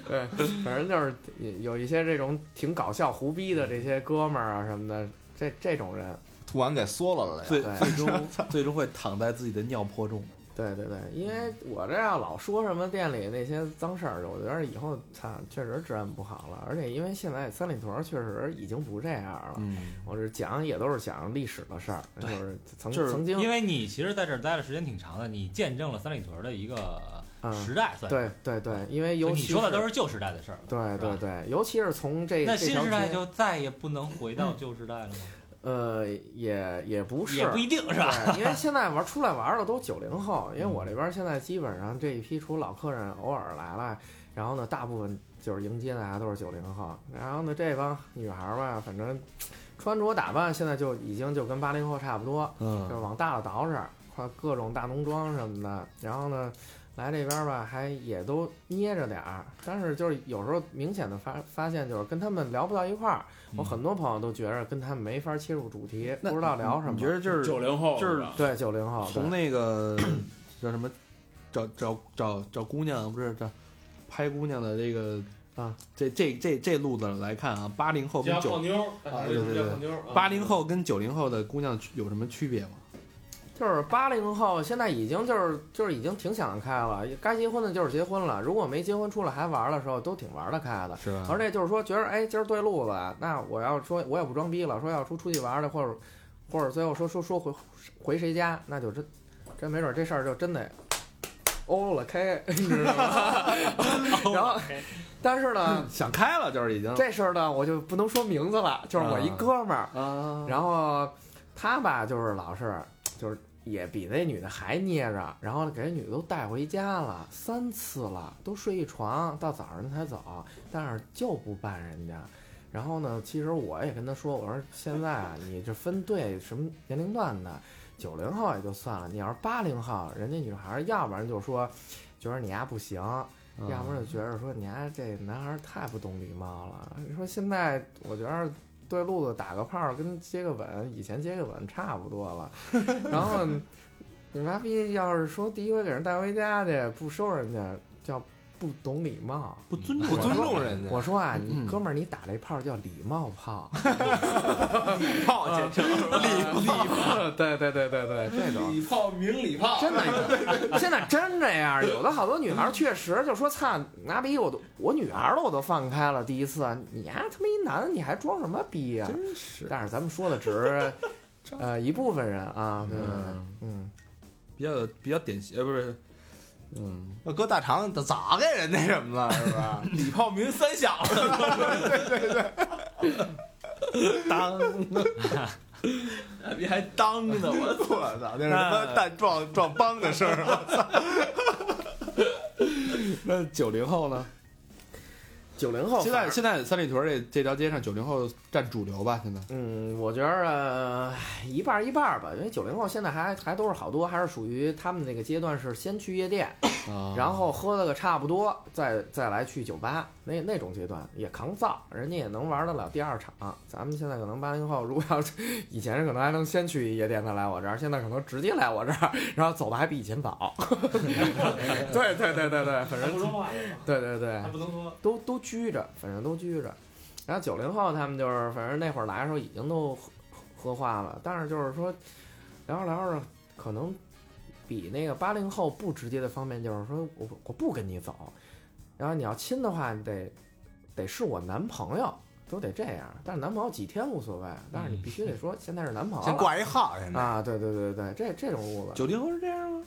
Speaker 2: 对，反正就是有一些这种挺搞笑胡逼的这些哥们儿啊什么的，这这种人。
Speaker 4: 吐完给缩了了呀。
Speaker 3: 最
Speaker 7: 啊
Speaker 2: 对
Speaker 3: 最终最终会躺在自己的尿泊中。
Speaker 2: 对对对，因为我这要老说什么店里那些脏事儿，我觉得以后操确实治安不好了。而且因为现在三里屯儿确实已经不这样了，
Speaker 3: 嗯，
Speaker 2: 我这讲也都是讲历史的事儿，就
Speaker 6: 对
Speaker 2: 是曾
Speaker 3: 就是
Speaker 2: 曾经
Speaker 6: 因为你其实在这儿待的时间挺长的，你见证了三里屯的一个时
Speaker 2: 嗯，
Speaker 6: 代，算是。
Speaker 2: 对对对，因为
Speaker 6: 就
Speaker 2: 尤
Speaker 6: 你
Speaker 2: 其
Speaker 6: 说的都是旧时代的事儿了。
Speaker 2: 对对对，尤其是从这
Speaker 6: 那
Speaker 2: 这
Speaker 6: 新
Speaker 2: 条
Speaker 6: 时代
Speaker 2: 街
Speaker 6: 就再也不能回到旧时代了吗？
Speaker 2: 呃也也不是
Speaker 6: 也不一定 是吧？嗯
Speaker 2: 对，因为现在玩出来玩的都九零后，因为我这边现在基本上这一批除老客人偶尔来了，然后呢，大部分就是迎接大家都是九零后，然后呢，这帮女孩儿吧，反正穿着打扮现在就已经就跟八零后差不多，
Speaker 3: 嗯
Speaker 2: 就是往大了捯饬，穿各种大浓妆什么的，然后呢。来这边吧，还也都捏着点儿，但是就是有时候明显的发发现，就是跟他们聊不到一块儿。
Speaker 6: 嗯
Speaker 2: 我很多朋友都觉着跟他们没法切入主题，不知道聊什么。
Speaker 3: 你觉得就是
Speaker 7: 九零后
Speaker 3: 就是
Speaker 7: 吧
Speaker 2: 对，九零后
Speaker 3: 从那个 叫什么，找找找找姑娘不是找拍姑娘的这个
Speaker 2: 啊，
Speaker 3: 这这这这路子来看啊，八零后
Speaker 5: 加
Speaker 3: 跟
Speaker 5: 泡
Speaker 3: 九
Speaker 5: 妞儿，
Speaker 3: 啊
Speaker 5: 哎
Speaker 3: 对
Speaker 5: 为什么
Speaker 3: 对
Speaker 5: 叫
Speaker 3: 对
Speaker 5: 泡妞儿？啊
Speaker 3: 八零后跟九零后的姑娘有什么区别吗？
Speaker 2: 就是八零后，现在已经就是就是已经挺想得开了，该结婚的就是结婚了。如果没结婚出来还玩的时候，都挺玩得开的。
Speaker 3: 是吧？
Speaker 2: 而且就是说，觉得哎，今儿对路子，那我要说我也不装逼了，说要出出去玩的，或者或者最后说说说回回谁家，那就真真没准儿这事儿就真得欧了开， 你知道吗？ 然后，但是呢，
Speaker 3: 想开了就是已经
Speaker 2: 这事儿呢，我就不能说名字了，就是我一
Speaker 3: 啊
Speaker 2: 哥们儿，
Speaker 3: 啊，
Speaker 2: 然后他吧，就是老是就是也比那女的还捏着，然后给那女的都带回家了三次了，都睡一床，到早上才走，但是就不办人家。然后呢，其实我也跟他说，我说现在啊，你这分对什么年龄段的，九零后也就算了，你要是八零后，人家女孩儿要不然就说，觉得你丫不行，
Speaker 3: 嗯
Speaker 2: 要不然就觉着说你丫这男孩儿太不懂礼貌了。你说现在我觉着对路子打个炮儿跟接个吻，以前接个吻差不多了。然后你妈逼要是说第一回给人带回家去不收人家，叫不懂礼貌。
Speaker 3: 不尊重
Speaker 4: 不尊
Speaker 3: 人
Speaker 4: 重人家，
Speaker 2: 我说啊，
Speaker 3: 嗯
Speaker 2: 你哥们儿，你打这炮儿叫礼貌炮，
Speaker 7: 泡
Speaker 3: 啊
Speaker 7: 先生，
Speaker 2: 礼貌，对对对对对，这种
Speaker 5: 礼炮明礼炮，
Speaker 2: 真的，现在真这样。有的好多女孩儿确实就说：“操，拿逼我都，我女儿了我都放开了。”第一次，你呀、他妈一男的，你还装什么逼呀、
Speaker 3: 真是
Speaker 2: 但是咱们说的只 是，呃，一部分人啊，对对对，嗯，
Speaker 3: 比较有比较典型，呃，不是，嗯，
Speaker 4: 要搁大肠咋给人那什么了，是 吧？
Speaker 7: 李泡明三响了，
Speaker 3: 当
Speaker 7: 那比还当呢，我
Speaker 4: 我操，那是他妈蛋撞撞梆的声儿。
Speaker 3: 那九零后呢？
Speaker 2: 九零后
Speaker 3: 现
Speaker 2: 反
Speaker 3: 在
Speaker 2: 而
Speaker 3: 现在三里屯这这条街上九零后占主流吧？现在
Speaker 2: 嗯，我觉着、呃一半儿一半儿吧，因为九零后现在还还都是好多还是属于他们那个阶段是先去夜店，
Speaker 3: 啊，
Speaker 2: 然后喝了个差不多，再再来去酒吧，那那种阶段也扛造，人家也能玩得了第二场。咱们现在可能八零后，如果要是 以前可能还能先去夜店再来我这儿，现在可能直接来我这儿，然后走的还比以前早。 对对对对对，反
Speaker 5: 还
Speaker 2: 正
Speaker 5: 不说话呢，
Speaker 2: 对对对
Speaker 5: 还，不能说。
Speaker 2: 都都拘着，反正都拘着。然后九零后他们就是，反正那会儿来的时候已经都合合化了，但是就是说聊着聊着，可能比那个八零后不直接的方面就是说我不我不跟你走，然后你要亲的话，你得得是我男朋友，都得这样。但是男朋友几天无所谓，但是你必须得说现在是男朋友
Speaker 4: 先
Speaker 2: 了
Speaker 4: 挂一号，现在
Speaker 2: 啊！对对对对，这这种误了。
Speaker 3: 九零后是这样吗？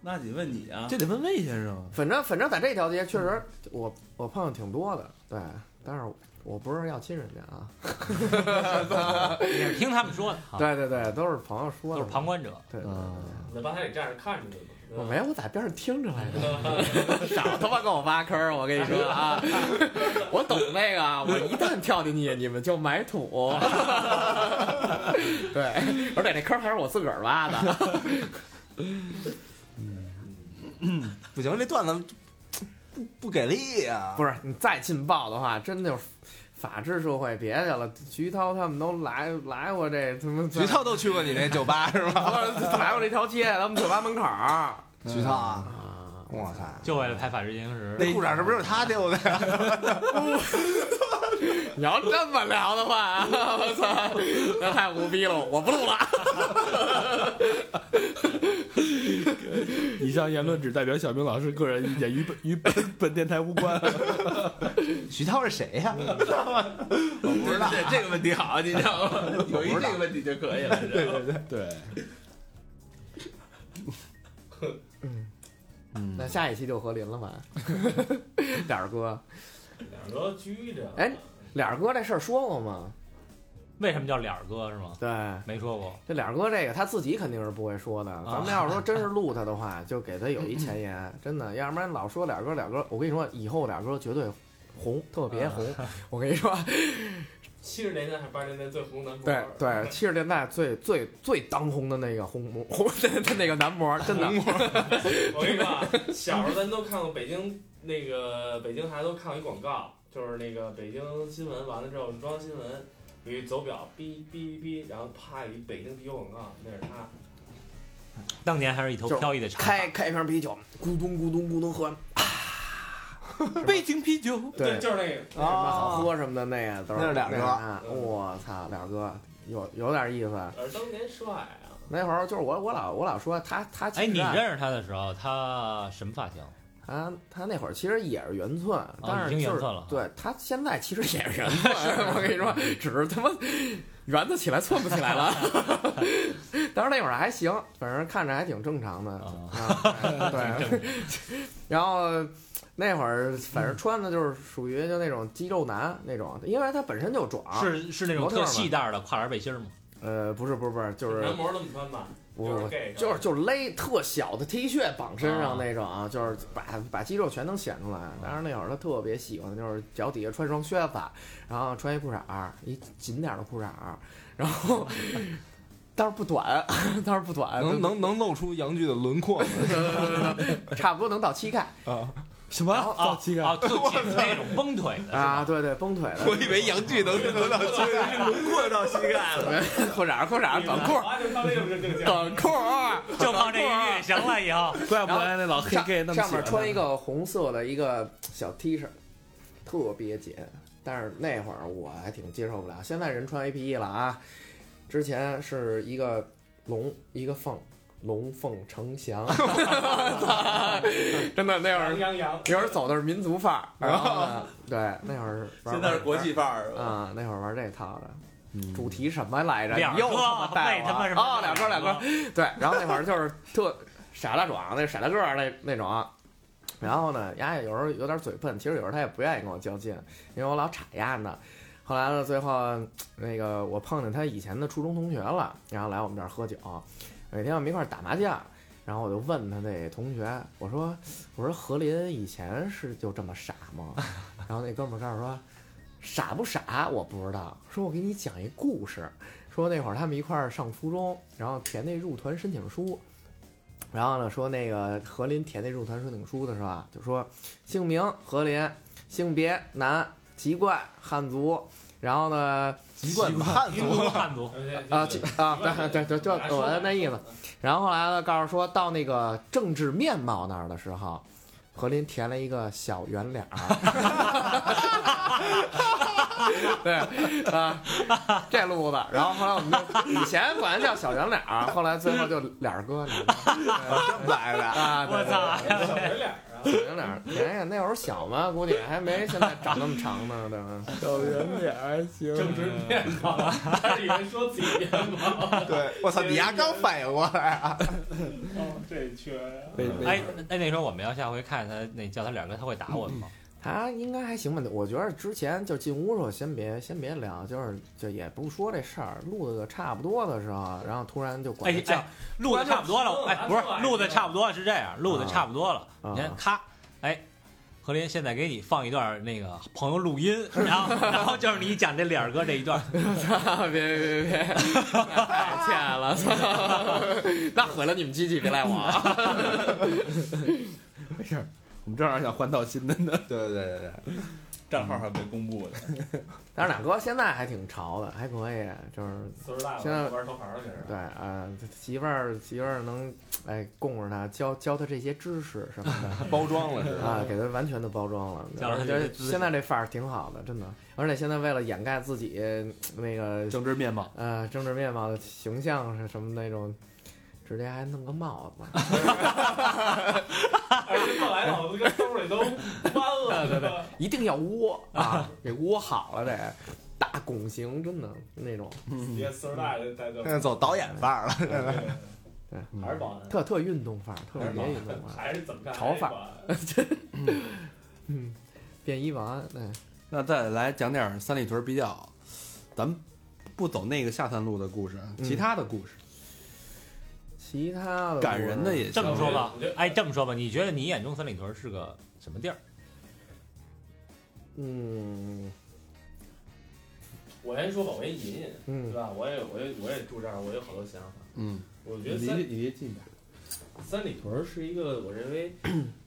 Speaker 7: 那得问你啊，
Speaker 3: 这得问魏先生啊。
Speaker 2: 反正反正在这条街确实我我碰见挺多的，对，但是我不是要亲人家啊，
Speaker 6: 也是听他们说的， 啊
Speaker 2: 对对对，都是朋友说
Speaker 6: 都
Speaker 2: 的，
Speaker 6: 是旁，观者。
Speaker 2: 对
Speaker 8: 嗯
Speaker 2: 对对，
Speaker 5: 你在吧台里站着看着呢嘛。
Speaker 2: 我没有，我在边上听着来着，
Speaker 8: 少他妈给我挖坑儿，我跟你说 啊，我懂那个啊，我一旦跳进去，你们就埋土。 对，而且那坑儿还是我自个儿挖的。
Speaker 4: 不行，这段子不不给力啊呀。
Speaker 2: 不是你再劲爆的话，真就是法治社会别去了，徐涛他们都来来我这他妈
Speaker 4: 徐涛都去过你那酒吧是吧？
Speaker 2: 来我这条街，咱们酒吧门口儿
Speaker 4: 徐涛啊，
Speaker 2: 啊，
Speaker 4: 我操！
Speaker 6: 就为了拍《法制进行时》，
Speaker 4: 那裤衩是不是就是他丢的？
Speaker 8: 你要这么聊的话，我操，那太无逼了，我不录了。
Speaker 3: 以上言论只代表小明老师个人意见，与本与本本电台 无关。
Speaker 4: 徐涛是谁呀？
Speaker 7: 不知道这个问题好，你知道吗？有一这个问题就可以了。对对对，
Speaker 3: 对，
Speaker 4: 嗯
Speaker 2: 那
Speaker 3: 嗯
Speaker 2: 下一期就和林了吧， 脸儿哥，
Speaker 5: 两个拘着。
Speaker 2: 哎脸儿哥这事儿说过吗？
Speaker 6: 为什么叫脸儿哥是吗？
Speaker 2: 对，
Speaker 6: 没说过，
Speaker 2: 这脸儿哥这个他自己肯定是不会说
Speaker 4: 啊
Speaker 2: 的。咱们要是 说真是录他的话，就给他有一前
Speaker 4: 嗯
Speaker 2: 言， 真的，要不然老说脸儿哥脸儿哥。我跟你说，以后脸儿哥绝对红，特
Speaker 4: 啊
Speaker 2: 别红。我跟你说，
Speaker 5: 七十年代还是八十年代最红男模？
Speaker 2: 对对，七十年代最最最当红的那个红模，红的那个男模，真的。
Speaker 5: 我跟你说啊，小时候咱都看过北京那个北京孩子都看过一广告，就是那个北京新闻完了之后，中央新闻有一走表，哔哔哔，然后啪有一北京啤酒广告，那是他。
Speaker 6: 当年还是一头
Speaker 2: 就是
Speaker 6: 飘逸的长发。
Speaker 2: 开开一瓶啤酒，咕咚咕咚咕咚喝，
Speaker 3: 北京啤酒。
Speaker 2: 对，
Speaker 5: 就是那个。
Speaker 7: 哎
Speaker 2: 什么好喝什么的那个都
Speaker 4: 哦那是脸儿哥
Speaker 2: 啊我操，脸儿哥有有点意思。
Speaker 5: 而呃当年帅啊！
Speaker 2: 那会儿就是我我老我老说他他其
Speaker 6: 哎，你
Speaker 2: 实啊
Speaker 6: 认识他的时候，他什么发型？
Speaker 2: 他他那会儿其实也是圆寸，但
Speaker 6: 哦已
Speaker 2: 是
Speaker 6: 经
Speaker 2: 就
Speaker 6: 圆
Speaker 2: 是
Speaker 6: 寸了啊
Speaker 2: 对他现在其实也是圆 寸，我跟你说，只是他妈圆的起来寸不起来了。 当时那会儿还行，反正看着还挺正常的。
Speaker 6: 啊
Speaker 2: 啊， 对。然后那会儿反正穿的就是属于就那种肌肉男那种，因为他本身就壮。
Speaker 6: 是是那种
Speaker 2: 啊模特
Speaker 6: 特
Speaker 2: 儿
Speaker 6: 细带儿的跨栏背心儿吗？
Speaker 2: 呃，不是不是不是，就是
Speaker 5: 男模那么穿吧，
Speaker 2: 我
Speaker 5: 就是
Speaker 2: 我
Speaker 5: gay，
Speaker 2: 就是就是勒特小的 T 恤绑身上
Speaker 6: 啊
Speaker 2: 那种啊，就是把把肌肉全能显出来。当时那会儿他特别喜欢，就是脚底下穿双靴子，然后穿一裤衩儿，一紧点儿的裤衩儿，然后但是不短，但是不短，
Speaker 4: 能能能露出杨剧的轮廓 吗？
Speaker 2: 差不多能到膝盖
Speaker 3: 什么？
Speaker 7: 哦
Speaker 6: 啊
Speaker 3: 早期啊？
Speaker 6: 啊， 特紧那种绷腿的是
Speaker 2: 啊，
Speaker 6: 吧？
Speaker 2: 对对，绷腿
Speaker 4: 我
Speaker 2: 的
Speaker 4: 以为杨剧能能到膝盖，轮廓到膝盖了。
Speaker 2: 裤衩儿裤衩儿短裤儿
Speaker 5: 啊，就稍微有点正 经。
Speaker 2: 短裤儿，
Speaker 6: 就靠这一句，行了以后，
Speaker 3: 怪不得那老黑
Speaker 2: 上
Speaker 3: gay 那么
Speaker 2: 上
Speaker 3: 喜欢
Speaker 2: 面
Speaker 3: 他
Speaker 2: 穿一个红色的一个小 T 恤，特别紧。但是那会儿我还挺接受不了，现在人穿 A P E 了啊。之前是一个龙，一个凤，龙凤呈祥，真的那会儿
Speaker 5: 杨洋洋，
Speaker 2: 那会儿走的是民族范儿，然后呢，对那会儿玩
Speaker 7: 现在是国际范儿了。
Speaker 2: 啊、那会儿玩这套的。主题什么来着？
Speaker 6: 两
Speaker 2: 你又
Speaker 6: 哥
Speaker 2: 他妈带
Speaker 6: 被
Speaker 2: 我
Speaker 6: 他妈什么
Speaker 2: 啊、两哥两哥
Speaker 6: 哥，
Speaker 2: 对，然后那会儿就是特傻大壮，那傻大个儿那那种。然后呢，丫也有时候有点嘴笨，其实有时候他也不愿意跟我较劲，因为我老插丫呢。后来呢，最后那个我碰见他以前的初中同学了，然后来我们这儿喝酒，每天我们一块儿打麻将。然后我就问他那同学，我说我说何林以前是就这么傻吗？ 然后那哥们儿告诉我说，傻不傻我不知道，说我给你讲一故事，说那会儿他们一块儿上初中，然后填那入团申请书，然后呢说那个何林填那入团申请书的时候啊，就说姓名何林，性别男，籍贯汉族，然后呢
Speaker 4: 籍贯汉
Speaker 6: 民族
Speaker 4: 族，
Speaker 6: 汉族，
Speaker 2: 啊这啊对对对，就我的那意思。然后后来呢，告诉说到那个政治面貌那儿的时候，何林填了一个小圆脸儿， 对啊，这路子。然后后来我们就以前管它叫小圆脸儿，后来最后就脸儿哥，脸儿
Speaker 4: 真
Speaker 2: 哥
Speaker 4: 白的。
Speaker 2: 啊， 对
Speaker 6: 我操！
Speaker 5: 小圆脸儿啊，
Speaker 2: 小圆脸儿。哎呀，那会儿小嘛，估计还没现在长那么长呢，对吧？
Speaker 3: 小圆脸儿行
Speaker 5: 正直面孔，他是以为说自己面孔。
Speaker 4: 对，我操，你牙刚反应过来啊！
Speaker 5: 哦，这缺
Speaker 3: 被
Speaker 6: 哎 哎，那时候我们要下回看他，那叫他脸哥，他会打我们吗？
Speaker 2: 他应该还行吧？我觉得之前就进屋的时候，先别先别聊，就是就也不说这事儿，录的差不多的时候，然后突然就管他
Speaker 6: 哎
Speaker 2: 叫
Speaker 6: 哎，录的差不多了，哎，不是录的差不多了是这样，录的差不多了，
Speaker 2: 啊
Speaker 6: 你看咔，哎，何林现在给你放一段那个朋友录音，然后然后就是你讲这脸儿哥这一段，
Speaker 2: 别别别 别，太欠了，操！ 那毁了你们机器，别赖我 啊！
Speaker 3: 没事儿，我们正好想换套新的呢。
Speaker 4: 对对对对对，
Speaker 7: 账号还没公布呢。
Speaker 2: 但是俩哥现在还挺潮的，还可以，就是
Speaker 5: 岁数大了，
Speaker 2: 现在
Speaker 5: 玩头牌了，这是。
Speaker 2: 对啊、呃媳妇儿媳妇儿能哎供着他，教教他这些知识什么的
Speaker 3: 包装了是吧？
Speaker 2: 啊，给他完全的包装了。
Speaker 6: 教了他
Speaker 2: 我
Speaker 6: 这
Speaker 2: 觉
Speaker 6: 些
Speaker 2: 得
Speaker 6: 知识
Speaker 2: 现在这范儿挺好的，真的。而且现在为了掩盖自己那个
Speaker 3: 政治面貌，
Speaker 2: 呃，政治面貌的形象是什么那种，直接还弄个帽子，
Speaker 5: 而且后来脑子跟兜里都弯了，对吧？
Speaker 2: 一定要窝 啊，给窝好了得，大拱形真的那种，
Speaker 3: 嗯
Speaker 5: 别岁数大了再
Speaker 4: 嗯现在
Speaker 5: 对
Speaker 4: 走导演范儿了。
Speaker 2: 对，
Speaker 5: 还是保安，
Speaker 2: 特特运动范儿，特
Speaker 5: 还是保
Speaker 2: 别运动
Speaker 5: 安，
Speaker 2: 范儿，
Speaker 5: 还是怎么干？
Speaker 2: 潮范
Speaker 5: 儿，
Speaker 2: 嗯，便衣保哎安，对，
Speaker 3: 那再来讲点儿三里屯比较，咱们不走那个下三路的故事，
Speaker 4: 嗯
Speaker 3: 其他的故事，
Speaker 2: 其他的
Speaker 3: 感人的也
Speaker 6: 这么说吧
Speaker 5: 我觉得，
Speaker 6: 哎，这么说吧，你觉得你眼中三里屯是个什么地儿？
Speaker 2: 嗯
Speaker 5: 我先说吧，我先隐隐，对
Speaker 2: 嗯
Speaker 5: 吧？我也，我也，我也住这儿，我有好多想法。
Speaker 3: 嗯，
Speaker 5: 我
Speaker 3: 你
Speaker 5: 觉得三
Speaker 3: 离你离近点儿，
Speaker 5: 三里屯儿是一个我认为，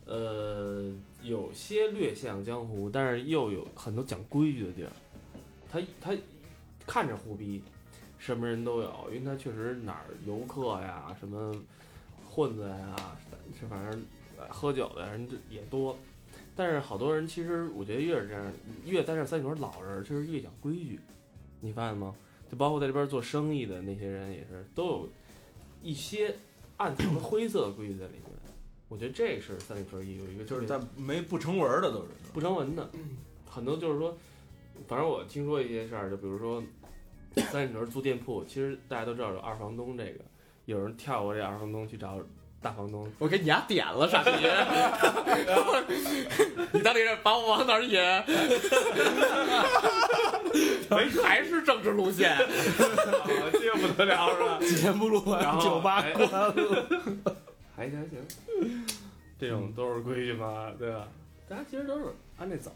Speaker 5: 呃，有些略像江湖，但是又有很多讲规矩的地儿。它它看着胡逼，什么人都有，因为它确实哪儿游客呀、什么混子呀，这反正呃喝酒的人也多。但是好多人其实我觉得越是这样，越在这三里屯儿老人儿就是越讲规矩，你发现吗？就包括在这边做生意的那些人也是都有一些暗藏的灰色的规矩在里面。我觉得这是三里屯儿有一个
Speaker 7: 就是
Speaker 5: 特别
Speaker 7: 但
Speaker 4: 嗯
Speaker 7: 没不成文儿的都是。
Speaker 5: 不成文的，很多就是说，反正我听说一些事儿，就比如说三里屯租店铺，其实大家都知道有二房东这个，有人跳过这二房东去找大房东，
Speaker 8: 我给你丫点了，傻逼！你到底是把我往哪儿引？还是政治路线？
Speaker 5: 这不得了是吧？
Speaker 3: 节目录
Speaker 5: 然
Speaker 3: 完
Speaker 5: 后
Speaker 3: 酒吧
Speaker 5: 哎
Speaker 3: 关了，
Speaker 5: 还行还行，这种都是规矩嘛，对吧？大家其实都是按这走，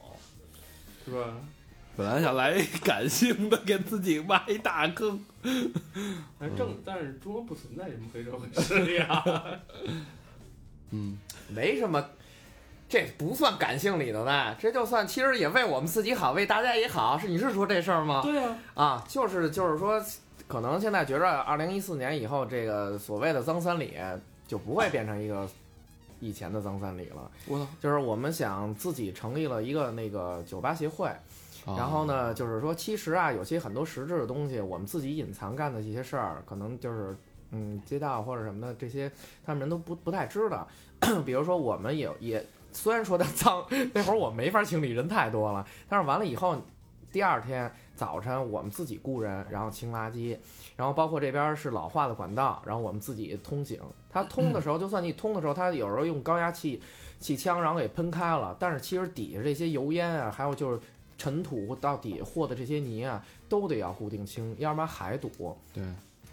Speaker 5: 是吧？
Speaker 3: 本来想来感性的，给自己挖一大坑，
Speaker 5: 但是
Speaker 7: 嗯
Speaker 5: 正，但是中国不存在什么黑社会势力啊。
Speaker 3: 嗯，
Speaker 2: 没什么。这不算感性里头的，这就算其实也为我们自己好，为大家也好。是你是说这事儿吗？
Speaker 5: 对啊，
Speaker 2: 啊，就是就是说，可能现在觉着二零一四年以后，这个所谓的脏三里就不会变成一个以前的脏三里了。
Speaker 3: 啊我操
Speaker 2: 就是我们想自己成立了一个那个酒吧协会，
Speaker 3: 嗯
Speaker 2: 然后呢，就是说其实啊，有些很多实质的东西，我们自己隐藏干的一些事儿，可能就是嗯，街道或者什么的这些，他们人都不不太知道。 比如说，我们也也虽然说它脏，那会儿我没法清理，人太多了，但是完了以后，第二天早晨我们自己雇人，然后清垃圾，然后包括这边是老化的管道，然后我们自己通井。它通的时候，就算你通的时候，它有时候用高压气气枪，然后给喷开了，但是其实底下这些油烟啊，还有就是尘土到底和的这些泥啊，都得要固定清，要不然海堵。
Speaker 3: 对。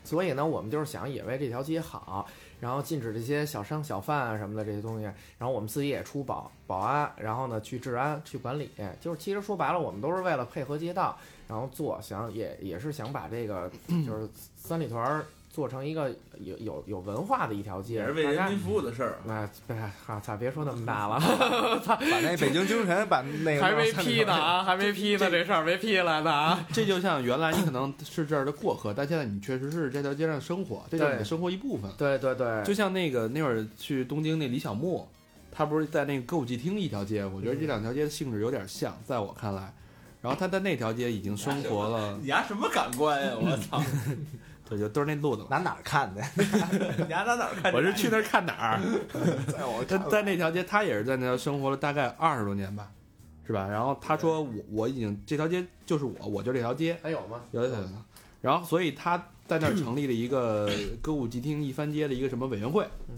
Speaker 2: 所以呢，我们就是想也为这条街好，然后禁止这些小商小贩啊什么的这些东西，然后我们自己也出保保安，然后呢去治安去管理，就是其实说白了，我们都是为了配合街道，然后做想也也是想把这个就是三里屯儿做成一个有有有文化的一条街，
Speaker 7: 也是为
Speaker 2: 大
Speaker 7: 人
Speaker 2: 家
Speaker 7: 民服务的事儿。
Speaker 2: 那哎哈操，别说那么大了，
Speaker 4: 把那北京精神，把那个
Speaker 8: 还 没批呢啊，还没批呢，这事儿没批来呢啊！
Speaker 3: 这就像原来你可能是这儿的过客，但现在你确实是这条街上生活，这就是你的
Speaker 2: 对
Speaker 3: 生活一部分。
Speaker 2: 对对对，
Speaker 3: 就像那个那会儿去东京那李小牧，他不是在那个歌舞伎町一条街，我觉得这两条街的性质有点像，在我看来。然后他在那条街已经生活了，
Speaker 7: 你丫什么感官呀？我 操！
Speaker 3: 对，就都是那路子。
Speaker 4: 拿哪儿看的？
Speaker 7: 你丫在哪儿看？
Speaker 3: 我是去那儿看哪儿？
Speaker 4: 在我
Speaker 3: 他在那条街，他也是在那条生活了大概二十多年吧，是吧？然后他说我我已经这条街就是我，我就这条街，
Speaker 2: 还有吗？
Speaker 3: 有有有。然后所以他在那儿成立了一 个歌舞伎町一番街的一个什么委员会
Speaker 2: 嗯，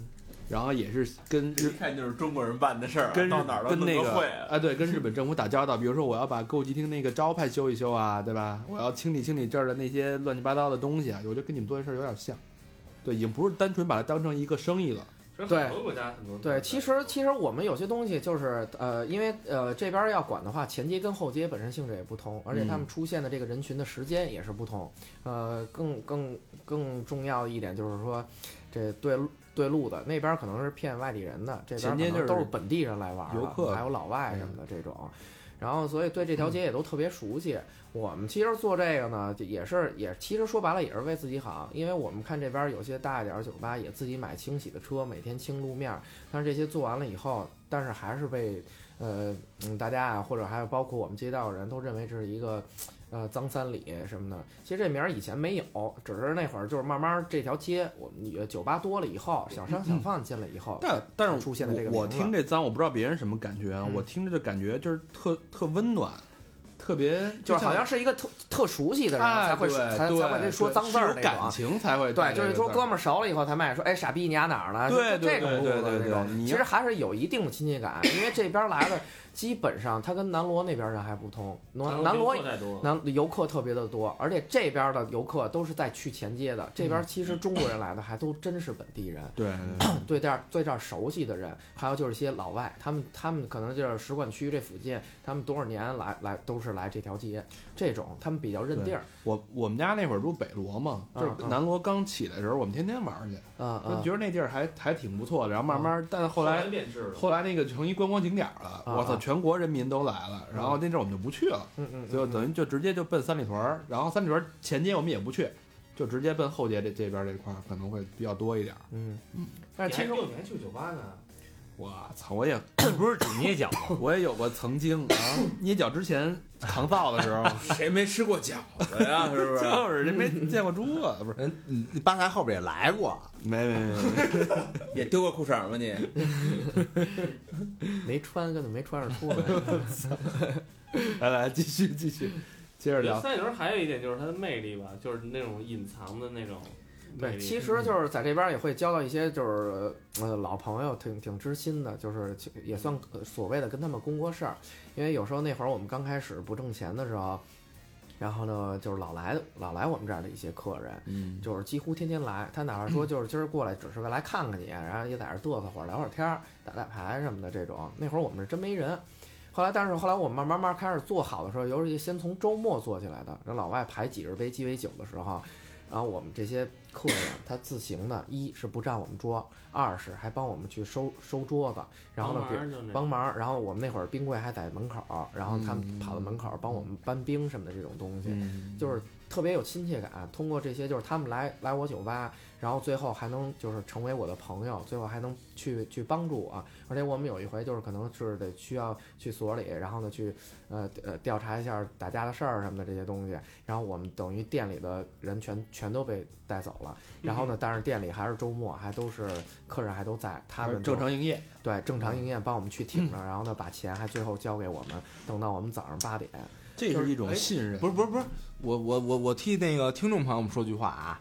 Speaker 3: 然后也是跟
Speaker 7: 一
Speaker 3: 日
Speaker 7: 看就是中国人办的事儿，啊
Speaker 3: 跟日
Speaker 7: 到哪儿都
Speaker 3: 跟那
Speaker 7: 弄
Speaker 3: 个
Speaker 7: 会。
Speaker 3: 啊，对，跟日本政府打交道，比如说我要把歌舞伎町那个招牌修一修啊，对吧？我要清理清理这儿的那些乱七八糟的东西啊，我觉得跟你们做的事儿有点像，对，已经不是单纯把它当成一个生意了，
Speaker 5: 其实
Speaker 2: 对
Speaker 5: 很多国家很多
Speaker 2: 对，其实其实我们有些东西就是呃，因为呃这边要管的话，前街跟后街本身性质也不同，而且他
Speaker 3: 嗯
Speaker 2: 们出现的这个人群的时间也是不同。呃，更更更重要的一点就是说，这对路对路子那边可能是骗外地人的，这边
Speaker 3: 前街
Speaker 2: 可能
Speaker 3: 就
Speaker 2: 都
Speaker 3: 是
Speaker 2: 是本地人来玩儿
Speaker 3: 游
Speaker 2: 了
Speaker 3: 客嗯
Speaker 2: 还有老外什么的这种。然后，所以对这条街也都特别熟悉。我们其实做这个呢，就也是也其实说白了也是为自己好，因为我们看这边有些大一点儿的酒吧也自己买清洗的车，每天清路面儿，但是这些做完了以后，但是还是被呃嗯大家啊，或者还有包括我们街道的人都认为这是一个呃脏三里什么的。其实这名儿以前没有，只是那会儿就是慢慢这条街我们也酒吧多了以后，小商小贩进来以后，
Speaker 3: 但但是
Speaker 2: 出现了这个
Speaker 3: 我我
Speaker 2: 名字
Speaker 3: 听这脏，我不知道别人什么感觉啊，
Speaker 2: 嗯
Speaker 3: 我听着的感觉就是特特温暖，特别
Speaker 2: 就是好像是一个特特熟悉的人
Speaker 3: 哎
Speaker 2: 才会
Speaker 3: 对
Speaker 2: 说才才
Speaker 3: 对
Speaker 2: 会说脏字
Speaker 3: 是
Speaker 2: 儿
Speaker 3: 有
Speaker 2: 那种
Speaker 3: 感
Speaker 2: 啊。
Speaker 3: 情才会
Speaker 2: 对，就是说哥
Speaker 3: 们
Speaker 2: 们儿熟了以后才卖，说哎傻逼你丫哪儿呢？
Speaker 3: 对
Speaker 2: 就这
Speaker 3: 对
Speaker 2: 种
Speaker 3: 对
Speaker 2: 路
Speaker 3: 对
Speaker 2: 子
Speaker 3: 对
Speaker 2: 这
Speaker 3: 对
Speaker 2: 种，
Speaker 3: 你
Speaker 2: 其实还是有一定的亲切感，因为这边来的基本上他跟南锣那边人还不同，南南锣
Speaker 5: 太多了，
Speaker 2: 南游客特别的多，而且这边的游客都是在去前街
Speaker 3: 嗯
Speaker 2: 的，这边其实中国人来的还都真是本地人，
Speaker 3: 对嗯
Speaker 2: 对这儿对这儿熟悉的人，还有就是一些老外，他们他们可能就是使馆区这附近，他们多少年来来都是来这条街，这种他们比较认地儿，
Speaker 3: 我我们家那会儿不是北锣嘛，
Speaker 2: 嗯
Speaker 3: 就是南锣刚起来的时候，我们天天玩儿去，
Speaker 2: 嗯
Speaker 3: 就
Speaker 2: 嗯
Speaker 3: 觉得那地儿还还挺不错的。然后慢慢，但后来
Speaker 5: 变质了，
Speaker 3: 后来那个成一观光景点儿了，
Speaker 2: 啊
Speaker 3: 我操，全国人民都来了。然后那阵儿我们就不去了，
Speaker 2: 嗯嗯，
Speaker 3: 就
Speaker 2: 嗯
Speaker 3: 等于就直接就奔三里屯儿，然后三里屯儿前街我们也不去，就直接奔后街这这边儿这块儿可能会比较多一点儿。
Speaker 2: 嗯，但
Speaker 5: 你
Speaker 2: 是其
Speaker 5: 还
Speaker 2: 实
Speaker 5: 六年去酒吧呢，
Speaker 3: 我操，我也
Speaker 6: 不是只捏脚 吗？
Speaker 3: 我也有过曾经啊， 捏脚之前扛灶的时候，
Speaker 7: 谁没吃过饺子 呀？是不是？
Speaker 3: 就是人没见过猪啊，不是？
Speaker 4: 人嗯你你吧台后边也来过，
Speaker 3: 没没没没，
Speaker 7: 也丢过裤衩吗你？
Speaker 2: 没穿，根本没穿上出来。
Speaker 3: 来来继续继续，接着
Speaker 5: 我觉得
Speaker 3: 聊。
Speaker 5: 三里屯还有一点就是它的魅力吧，就是那种隐藏的那种魅
Speaker 2: 对，
Speaker 5: 力。
Speaker 2: 其实就是在这边也会交到一些就是呃老朋友，挺挺知心的，就是也算呃所谓的跟他们公过事儿。因为有时候那会儿我们刚开始不挣钱的时候，然后呢就是老来老来我们这儿的一些客人，
Speaker 3: 嗯，
Speaker 2: 就是几乎天天来。他哪怕
Speaker 5: 嗯
Speaker 2: 说就是今儿过来只是为来看看你，然后也在这儿嘚瑟会儿，聊会儿天儿，打打牌什么的这种。那会儿我们是真没人。后来，但是后来我们慢慢慢慢开始做好的时候，尤其先从周末做起来的，让老外排几十杯鸡尾酒的时候，然后我们这些客人他自行的，一是不占我们桌，二是还帮我们去收收桌子，然后呢，比如
Speaker 5: 帮忙就那
Speaker 2: 帮忙，然后我们那会儿冰柜还在门口儿，然后他
Speaker 5: 嗯
Speaker 2: 们跑到门口儿帮我们搬冰什么的这种东
Speaker 3: 嗯
Speaker 2: 西，就是特别有亲切感。通过这些，就是他们来来我酒吧，然后最后还能就是成为我的朋友，最后还能去去帮助我。而且我们有一回就是可能是得需要去所里，然后呢去呃呃调查一下打架的事儿什么的这些东西，然后我们等于店里的人全全都被带走了。
Speaker 3: 嗯
Speaker 2: 然后呢，但是店里还是周末，还都是客人还都在，他们就
Speaker 3: 正常嗯营业，
Speaker 2: 对，正常营业帮我们去挺着，然后呢，把钱还最后交给我们，等到我们早上八点。
Speaker 3: 这是一
Speaker 7: 哎
Speaker 3: 种信任。
Speaker 4: 不是不是不是，我我我我替那个听众朋友们说句话啊，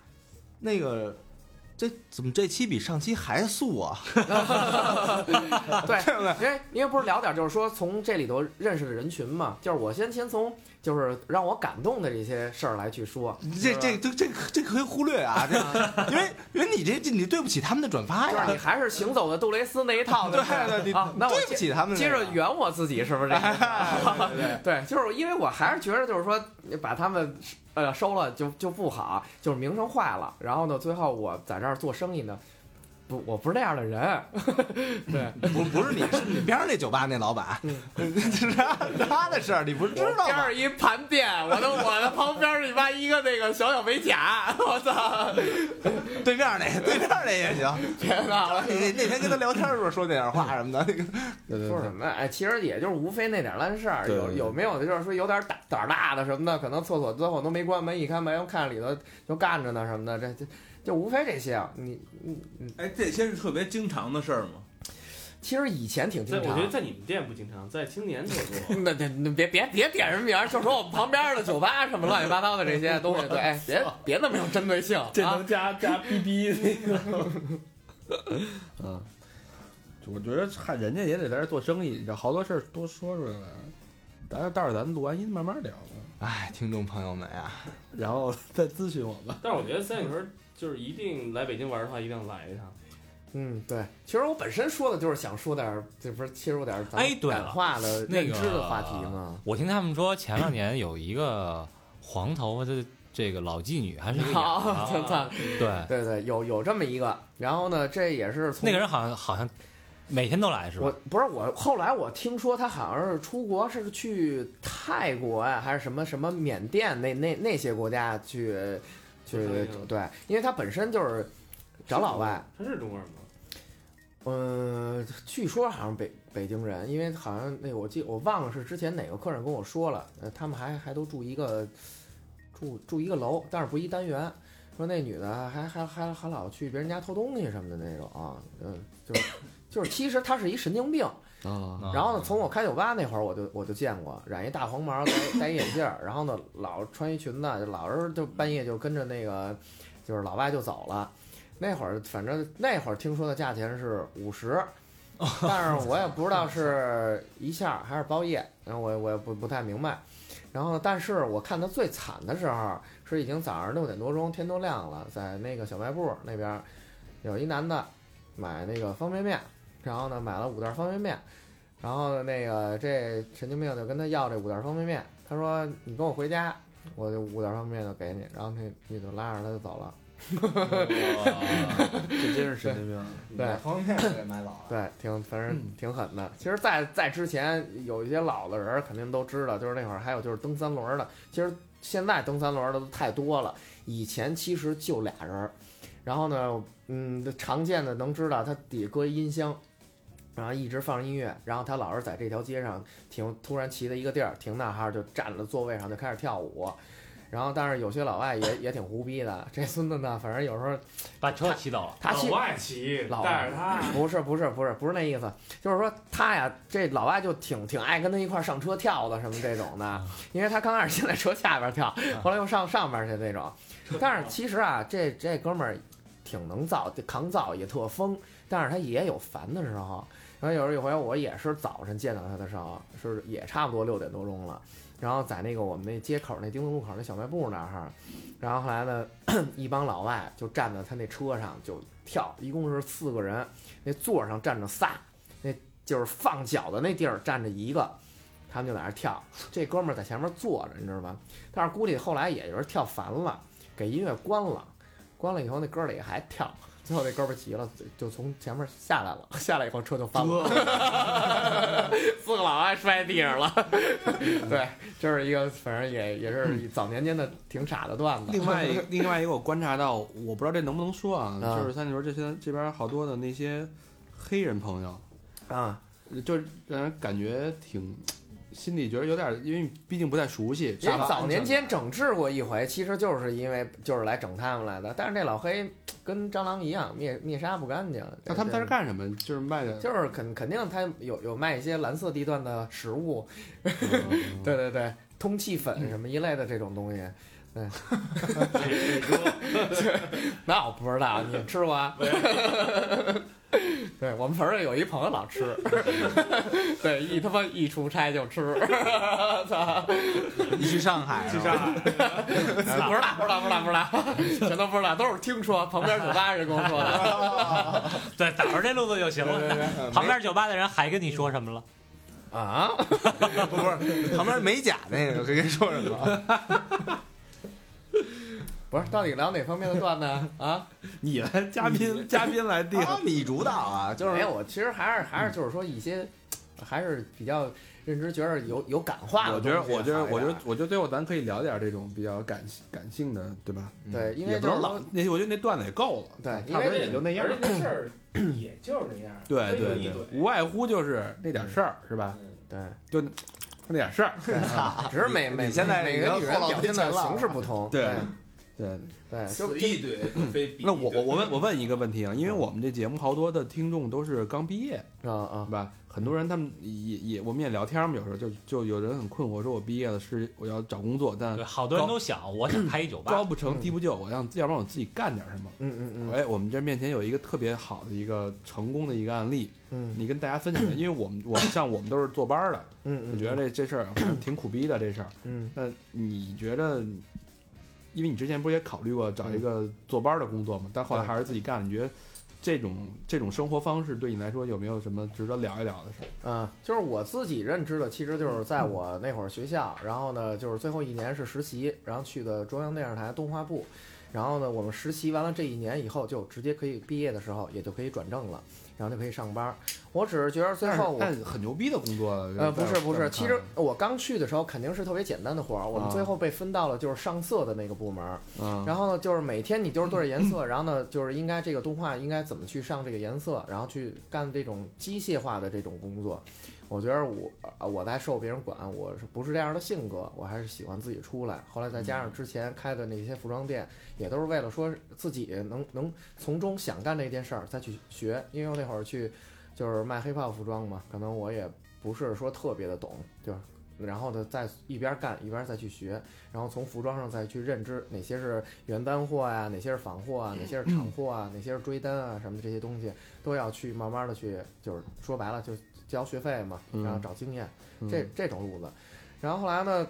Speaker 4: 那个这怎么这期比上期还素啊？
Speaker 2: 对，因为因为不是聊点就是说从这里头认识的人群嘛，就是我先先从就是让我感动的这些事儿来去说，
Speaker 4: 这这这这这可以忽略啊，这 因为因为你这这你对不起他们的转
Speaker 3: 哎
Speaker 4: 发
Speaker 2: 就是
Speaker 4: 呀
Speaker 2: 你，还是行走的杜蕾斯那 一套，
Speaker 4: 对
Speaker 2: 不对
Speaker 4: 对，你
Speaker 2: 啊，那我
Speaker 4: 对不
Speaker 2: 接
Speaker 4: 起他们的
Speaker 2: 接
Speaker 4: 那个。
Speaker 2: 着圆我自己是不是这个意思？
Speaker 4: 对
Speaker 2: 对，就是因为我还是觉得，就是说把他们呃收了就就不好，就是名声坏了。然后呢，最后我在这儿做生意呢，不，我不是那样的人。
Speaker 4: 不不是你，是你边上那酒吧那老板，他 他的事儿你不是知道
Speaker 8: 边
Speaker 4: 吗？
Speaker 8: 上一盘店，我的我的旁边儿你妈一个那个小小美甲，我操！
Speaker 4: 对面那对面那也行。
Speaker 8: 别闹了，
Speaker 4: 你那那天跟他聊天的时候说那点话什么的，那个
Speaker 3: 对对
Speaker 2: 说
Speaker 3: 对
Speaker 2: 什，么呀？哎，其实也就是无非那点烂事儿，
Speaker 3: 对
Speaker 2: 有
Speaker 3: 对
Speaker 2: 有没有的就是说有点胆胆儿大的什么的，可能厕所最后都没关门，一开门看里头就干着呢什么的，这这就无非这些。啊你你你，
Speaker 7: 哎，这些是特别经常的事儿吗？
Speaker 2: 其实以前挺经
Speaker 5: 在我
Speaker 2: 常
Speaker 5: 觉。得在你们店不经常，在青年特 多。
Speaker 2: 那那那别别别点人名儿，就说我们旁边儿的酒吧什么乱七八糟的这 些东西，对，哎别别那么有针对性啊！
Speaker 7: 加加 BB 那个。
Speaker 3: 嗯，我觉得嗨，人家也得在这做生意，你知道好多事儿多说出来，大家待会儿咱们录完音慢慢聊吧，
Speaker 4: 哎，听众朋友们啊，
Speaker 3: 然后再咨询我吧。
Speaker 5: 但是我觉得三里屯就是一定来北京玩的话，一定要来一趟。
Speaker 2: 嗯，对，其实我本身说的就是想说点儿，这不是切入点儿咱
Speaker 6: 哎
Speaker 2: 们
Speaker 6: 对了
Speaker 2: 感化的
Speaker 6: 那
Speaker 2: 认
Speaker 6: 个
Speaker 2: 知的话题吗？
Speaker 6: 我听他们说前两年有一个黄头发的这个老妓女，还是一个啊哑
Speaker 2: 好，
Speaker 6: 巴，
Speaker 2: 操操，
Speaker 6: 对，
Speaker 2: 对对，有有这么一个，然后呢，这也是从
Speaker 6: 哎那个人好像好像每天都来是
Speaker 2: 我
Speaker 6: 吧？
Speaker 2: 不是我，后来我听说他好像是出国，是去泰国呀、还是什么什么缅甸那那那些国家去去
Speaker 5: 我看见了
Speaker 2: 对，因为他本身就是找老外，
Speaker 5: 他是中国人吗？
Speaker 2: 嗯，据说好像北北京人，因为好像那我记我忘了是之前哪个客人跟我说了，呃，他们还还都住一个住住一个楼，但是不一单元。说那女的还还还还老去别人家偷东西什么的那种啊，嗯，就是就是其实她是一神经病，
Speaker 3: 啊，
Speaker 6: 啊
Speaker 2: 然后呢，从我开酒吧那会儿，我就我就见过，染一大黄毛，戴 戴一眼镜儿，然后呢，老穿一裙子，老是就半夜就跟着那个，就是老外就走了。那会儿反正那会儿听说的价钱是五十，但是我也不知道是一下儿还是包夜，然后我也我也不不太明白。然后呢，但是我看他最惨的时候是已经早上六点多钟，天都亮了，在那个小卖部那边儿有一男的买那个方便面，然后呢买了五袋儿方便面。然后那个这神经病就跟他要这五袋方便面，他说你跟我回家，我就五袋方便面就给你。然后那女的拉着他就走了。
Speaker 6: 哦
Speaker 3: 这真是神经病。
Speaker 2: 对
Speaker 4: 买方便面也买老了。
Speaker 2: 对，挺反正
Speaker 5: 嗯
Speaker 2: 挺狠的。其实在，在之前有一些老的人儿肯定都知道，就是那会儿还有就是蹬三轮儿的。其实现在蹬三轮儿的都太多了，以前其实就俩人儿。然后呢，嗯，常见的能知道，他底下搁一音箱，然后一直放着音乐，然后他老是在这条街上停，突然骑到一个地儿停那哈儿就站了座位上就开始跳舞。然后，但是有些老外也也挺胡逼的，这孙子呢，反正有时候
Speaker 6: 把车骑走了。
Speaker 2: 他
Speaker 5: 老
Speaker 2: 去。
Speaker 5: 外骑，
Speaker 2: 老
Speaker 5: 带着他。啊
Speaker 2: 不是不是不是不是那意思，就是说他呀，这老外就挺挺爱跟他一块儿上车跳的什么这种
Speaker 5: 嗯
Speaker 2: 的，因为他刚开始先在车下边儿跳，后来又上上边儿去那种。但是其实啊，这这哥们儿挺能造，扛造也特疯，但是他也有烦的时候。然后有一回我也是早晨见到他的时候，是也差不多六点多钟了，然后在那个我们那街口那丁字路口那小卖部那儿哈，然后后来呢， 一帮老外就站在他那车上就跳，一共是四个人，那座上站着仨，那就是放脚的那地儿站着一个，他们就在那儿跳。这哥们儿在前面坐着，你知道吗？但是估计后来也就是跳烦了，给音乐关了，关了以后那哥儿俩还跳，最后那哥们儿急了，就从前面下来了，下来以后车就翻了， 四个老外摔地上了。 对，这是一个反正也也是早年间的挺傻的段子。
Speaker 3: 嗯另外一个另外一个，我观察到，我不知道这能不能说啊，
Speaker 2: 啊
Speaker 3: 就是三里屯这些这边好多的那些黑人朋友，
Speaker 2: 啊，
Speaker 3: 就让人感觉挺心里觉得有点，因为毕竟不太熟悉。
Speaker 2: 因为
Speaker 3: 沙发
Speaker 2: 早年间整治过一回，其实就是因为就是来整他们来的。但是这老黑跟蟑螂一样，灭灭杀不干净。
Speaker 3: 那他们在这干什么？就是卖的，
Speaker 2: 就是肯肯定他有有卖一些蓝色地段的食物，
Speaker 3: 嗯
Speaker 2: 对对对，通气粉什么一类的这种东西。
Speaker 5: 你说
Speaker 2: 那我不知道，你吃过啊？ 对我们盆儿有一朋友老吃， 对，一他妈一出差就吃， 操！
Speaker 3: 呃
Speaker 4: 你去上
Speaker 9: 啊
Speaker 4: 海，去 上海，
Speaker 2: 不知道，不知道，不知道，不知道，全都不知道，都是听说，旁边酒吧人跟我说的。
Speaker 6: 对，打着这路子就行了。
Speaker 9: 呃
Speaker 6: 旁边酒吧的人还跟你说什么了？
Speaker 2: 啊，
Speaker 4: 不是旁边美甲那个，跟你说什么？
Speaker 2: 不是，到底聊哪方面的段 呢？啊，
Speaker 3: 你来 嘉宾嘉宾来定，
Speaker 9: 啊，米主导啊，就
Speaker 2: 没
Speaker 9: 是
Speaker 2: 有，哎我其实还是还是就是说一些，还是比较认知，觉得有有感化的
Speaker 3: 我
Speaker 2: 东
Speaker 3: 觉
Speaker 2: 西啊
Speaker 3: 得
Speaker 2: 好一点。
Speaker 3: 我觉得我觉得我觉得最后咱可以聊点这种比较感性感性的，对吧？
Speaker 2: 对，嗯因
Speaker 3: 也
Speaker 2: 为就
Speaker 3: 不
Speaker 2: 是
Speaker 3: 能
Speaker 2: 说
Speaker 3: 老那，我觉得那段子也够了，
Speaker 2: 对，因
Speaker 3: 差不多
Speaker 2: 为
Speaker 3: 也就那样
Speaker 5: 而。且这事儿也就是那样，
Speaker 3: 对
Speaker 5: 都有
Speaker 3: 对
Speaker 5: 一
Speaker 3: 对
Speaker 5: 堆，
Speaker 3: 无外乎就是那点事儿，是吧？
Speaker 2: 对，
Speaker 3: 那点事儿，
Speaker 2: 只是 每每
Speaker 9: 现在
Speaker 2: 每
Speaker 9: 已
Speaker 2: 个
Speaker 9: 经
Speaker 2: 女人
Speaker 9: 后脑
Speaker 2: 表现
Speaker 9: 前
Speaker 2: 的
Speaker 9: 了
Speaker 2: 形式不同。
Speaker 3: 对对。
Speaker 2: 对，就
Speaker 1: 此一怼，非彼一怼
Speaker 3: 那我我我问我问一个问题啊，因为我们这节目好多的听众都是刚毕业，
Speaker 2: 啊 啊
Speaker 3: 对，吧？很多人他们也也我们也聊天嘛，有时候就就有人很困惑，说我毕业了是我要找工作，但
Speaker 6: 对，好多人都想，我想开一酒
Speaker 3: 高
Speaker 6: 吧，
Speaker 3: 不成低不就，我要要不然我自己干点什么。
Speaker 2: 嗯嗯嗯
Speaker 3: 哎，我们这面前有一个特别好的一个成功的一个案例，
Speaker 2: 嗯
Speaker 3: 你跟大家分享一下，因为我们我们像我们都是坐班儿的，
Speaker 2: 嗯，
Speaker 3: 我觉得这这事儿好像挺苦逼的这事儿。
Speaker 2: 嗯
Speaker 3: 那你觉得，因为你之前不是也考虑过找一个
Speaker 2: 嗯
Speaker 3: 坐班儿的工作嘛？但后来还是自己干了。你觉得这种这种生活方式对你来说有没有什么值得聊一聊的事儿？
Speaker 2: 啊，就是我自己认知的，其实就是在我那会儿学校，然后呢，就是最后一年是实习，然后去的中央电视台动画部，然后呢，我们实习完了这一年以后，就直接可以毕业的时候，也就可以转正了，然后就可以上班。我只是觉得最
Speaker 3: 但是
Speaker 2: 后我
Speaker 3: 但很牛逼的工作，
Speaker 2: 呃，不是
Speaker 3: 在
Speaker 2: 不
Speaker 3: 在
Speaker 2: 是，
Speaker 3: 我
Speaker 2: 其
Speaker 3: 看
Speaker 2: 实
Speaker 3: 来
Speaker 2: 我刚去的时候肯定是特别简单的活儿，我们
Speaker 3: 啊
Speaker 2: 最后被分到了就是上色的那个部门儿，
Speaker 3: 嗯
Speaker 2: 然后呢就是每天你就是对着颜色，然后呢就是应该这个动画应该怎么去上这个颜色，然后去干这种机械化的这种工作。我觉得我啊我在受别人管，我是不是这样的性格？我还是喜欢自己出来。后来再加上之前开的那些服装店，也都是为了说自己能 能从中想干这件事儿再去学，因为我那会儿去就是卖黑泡服装嘛，可能我也不是说特别的懂，就是然后呢再一边干一边再去学，然后从服装上再去认知哪些是原单货呀、哪些是仿货啊，哪些是厂货啊，哪些是追单啊什么的这些东西都要去慢慢的去，就是说白了就交学费嘛，
Speaker 3: 嗯
Speaker 2: 然后找经验，
Speaker 3: 嗯
Speaker 2: 这这种路子。然后后来呢，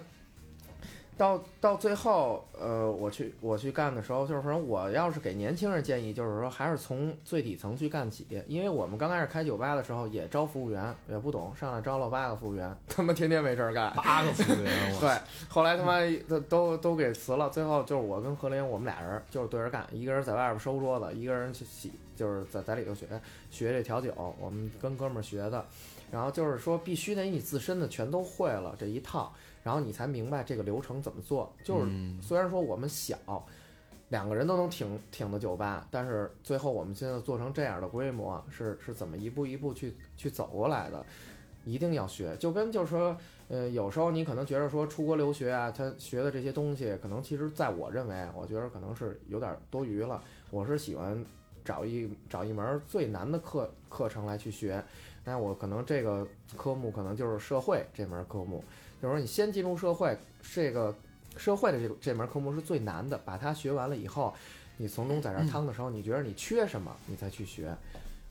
Speaker 2: 到到最后，呃，我去我去干的时候，就是说我要是给年轻人建议，就是说还是从最底层去干起，因为我们刚开始开酒吧的时候也招服务员，也不懂，上来招了八个服务员，他妈天天没事儿干。
Speaker 3: 八个服务员，我
Speaker 2: 对，后来他妈都都都给辞了。最后就是我跟何林，我们俩人就是对着干，一个人在外边收桌子，一个人去洗，就是在在里头学学这调酒，我们跟哥们儿学的。然后就是说，必须得你自身的全都会了这一套，然后你才明白这个流程怎么做。就是
Speaker 3: 嗯
Speaker 2: 虽然说我们小，两个人都能挺挺的酒吧，但是最后我们现在做成这样的规模，是是怎么一步一步去去走过来的？一定要学，就跟就是说，呃，有时候你可能觉得说出国留学啊，他学的这些东西，可能其实在我认为，我觉得可能是有点多余了。我是喜欢找一找一门最难的课课程来去学，那我可能这个科目可能就是社会这门科目，就是说你先进入社会这个社会的这个这门科目是最难的，把它学完了以后，你从中在
Speaker 9: 嗯
Speaker 2: 这儿趟的时候，你觉得你缺什么，你再去学。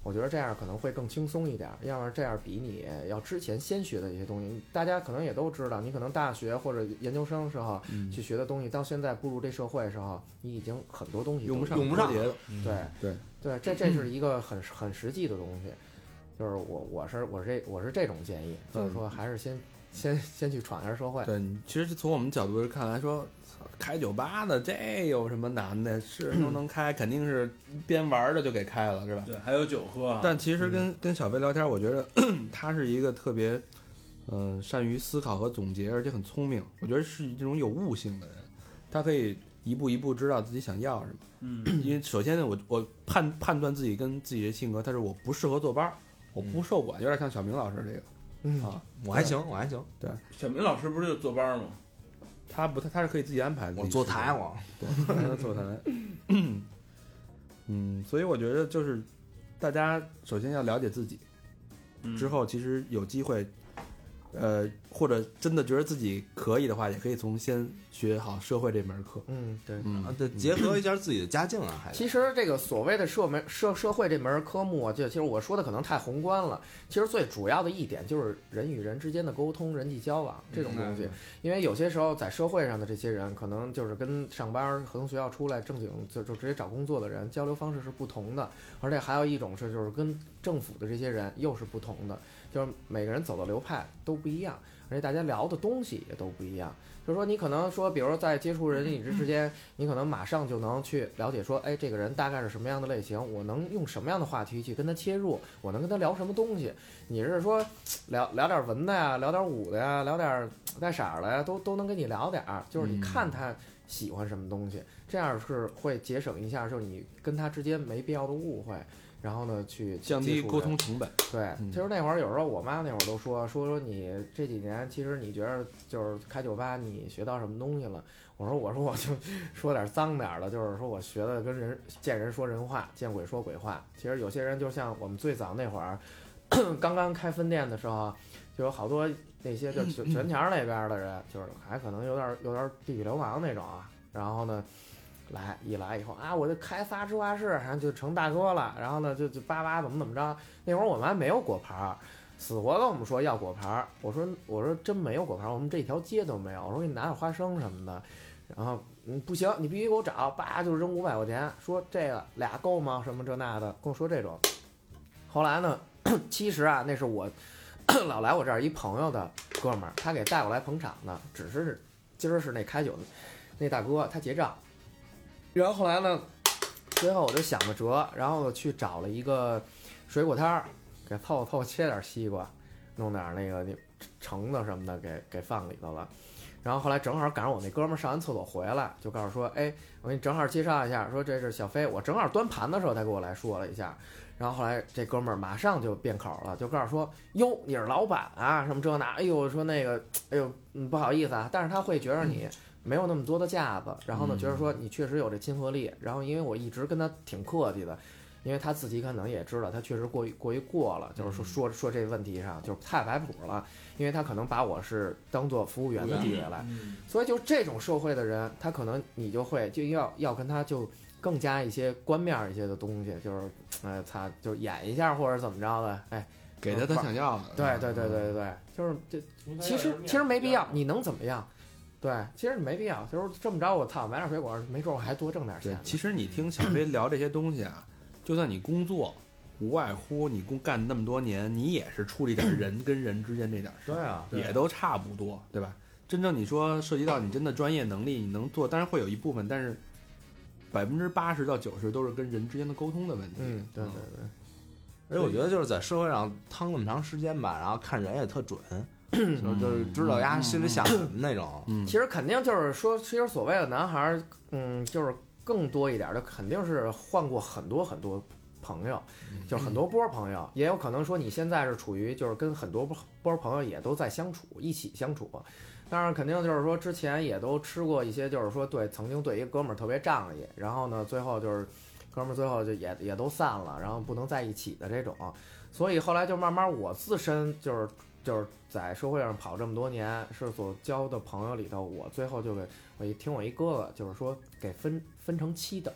Speaker 2: 我觉得这样可能会更轻松一点，要不然这样比你要之前先学的一些东西，大家可能也都知道，你可能大学或者研究生的时候
Speaker 9: 嗯
Speaker 2: 去学的东西，到现在步入这社会的时候，你已经很多东西都
Speaker 3: 用不上，
Speaker 9: 用不上
Speaker 3: 别的，
Speaker 2: 对
Speaker 3: 嗯对
Speaker 2: 对，这这是一个很很实际的东西，就是我我是我是这我是这种建议，就是说还是先先先去闯一下社会，
Speaker 3: 嗯对，你其实从我们角度看来说，操开酒吧的这有什么难 的？是人都能开，肯定是边玩着就给开了，是吧？
Speaker 1: 对，还有酒喝啊，
Speaker 3: 但其实跟跟小飞聊天，我觉得 他是一个特别，嗯、善于思考和总结，而且很聪明。我觉得是这种有悟性的人，他可以一步一步知道自己想要什么。
Speaker 1: 嗯，
Speaker 3: 因为首先呢，我我判判断自己跟自己的性格，他是我不适合坐班儿，我不受管，有点像小明老师这个，
Speaker 2: 嗯
Speaker 3: 啊，
Speaker 9: 我还行，我还行，
Speaker 1: 小明老师不是就坐班吗？
Speaker 3: 他不他他是可以自己安排自己
Speaker 9: 我坐
Speaker 3: 时间
Speaker 9: 台
Speaker 3: 的
Speaker 9: 我，
Speaker 3: 对，还能坐下来。嗯，所以我觉得就是大家首先要了解自己，
Speaker 1: 嗯
Speaker 3: 之后其实有机会，呃，或者真的觉得自己可以的话，也可以从先学好社会这门课。
Speaker 2: 嗯对。
Speaker 3: 嗯
Speaker 9: 啊，，对，结合一下自己的家境啊，还
Speaker 2: 其实这个所谓的社门社社会这门科目啊，就其实我说的可能太宏观了。其实最主要的一点就是人与人之间的沟通、人际交往这种东
Speaker 3: 嗯
Speaker 2: 西。因为有些时候在社会上的这些人，可能就是跟上班儿从学校出来正经就就直接找工作的人交流方式是不同的，而且还有一种是就是跟政府的这些人又是不同的。就是每个人走的流派都不一样，而且大家聊的东西也都不一样。就是说，你可能说，比如说在接触人与人之间，你可能马上就能去了解说，哎，这个人大概是什么样的类型，我能用什么样的话题去跟他切入，我能跟他聊什么东西。你是说聊聊点文的呀，聊点武的呀，聊点带色儿的呀，都都能跟你聊点儿。就是你看他喜欢什么东西，这样是会节省一下，就是你跟他之间没必要的误会。然后呢，去
Speaker 3: 降
Speaker 2: 接
Speaker 3: 低
Speaker 2: 触
Speaker 3: 沟
Speaker 2: 人
Speaker 3: 通成本。
Speaker 2: 对，其实那会儿有时候我妈那会儿都说说说你这几年，其实你觉得就是开酒吧你学到什么东西了？我说我说我就 说点脏点儿的，就是说我学的跟人见人说人话，见鬼说鬼话。其实有些人就像我们最早那会儿 刚刚开分店的时候，就有好多那些就全全桥那边儿的人，就是还可能有点有点地痞流氓那种啊。然后呢，来一来以后啊，我就开仨芝华士，然后就成大哥了。然后呢，就就叭叭怎么怎么着。那会儿我们还没有果盘儿，死活跟我们说要果盘儿。我说我说真没有果盘儿，我们这一条街都没有。我说给你拿点花生什么的。然后嗯不行，你必须给我找，叭就扔五百块钱，说这个俩够吗？什么这那的，跟我说这种。后来呢，其实啊，那是我 老来我这儿一朋友的哥们儿，他给带过来捧场的，只是今儿是那开酒的那大哥他结账。然后后来呢，最后我就想个辙，然后我去找了一个水果摊儿，给凑凑切点西瓜，弄点那个那橙子什么的给给放里头了。然后后来正好赶上我那哥们儿上完厕所回来，就告诉说，哎，我给你正好介绍一下，说这是小飞，我正好端盘的时候他给我来说了一下。然后后来这哥们儿马上就变口了，就告诉说，哟，你是老板啊，什么这那，哎呦，说那个，哎呦，嗯，不好意思啊，但是他会觉着你没有那么多的架子，然后呢，觉得说你确实有这亲和力，然后因为我一直跟他挺客气的，因为他自己可能也知道，他确实过于过于过了，就是说说说这问题上就是太摆谱了，因为他可能把我是当做服务员的
Speaker 3: 嗯
Speaker 2: 地位来，所以就这种社会的人，他可能你就会就要要跟他就更加一些官面儿一些的东西，就是哎擦，就是演一下或者怎么着的，哎，
Speaker 3: 给他他想嗯要的，
Speaker 2: 对对对对对对，就是这其实其实没必要，你能怎么样？对，其实你没必要，就是这么着，我操，买点水果，没准我还多挣点钱
Speaker 3: 对
Speaker 2: 呢。，
Speaker 3: 其实你听小飞聊这些东西啊，就算你工作，无外乎你工干那么多年，你也是处理点人跟人之间这点事儿，
Speaker 2: 啊，
Speaker 3: 也都差不多，对吧？真正你说涉及到你真的专业能力，你能做，当然会有一部分，但是百分之八十到九十都是跟人之间的沟通的问题。
Speaker 2: 嗯，对对对。
Speaker 3: 嗯
Speaker 1: 而且我觉得就是在社会上趟那么长时间吧，然后看人也特 准，就是就是知道丫心里想什么那种。
Speaker 3: 嗯，
Speaker 2: 其实肯定就是说，其实所谓的男孩儿，嗯，就是更多一点儿的，肯定是换过很多很多朋友，就是很多波儿朋友，也有可能说你现在是处于就是跟很多波波儿朋友也都在相处，一起相处。当然，肯定就是说之前也都吃过一些，就是说对曾经对一个哥们儿特别仗义，然后呢，最后就是哥们儿最后就也也都散了，然后不能在一起的这种。所以后来就慢慢我自身就是就是在社会上跑这么多年，是所交的朋友里头，我最后就给我一听我一哥哥就是说给分分成七等，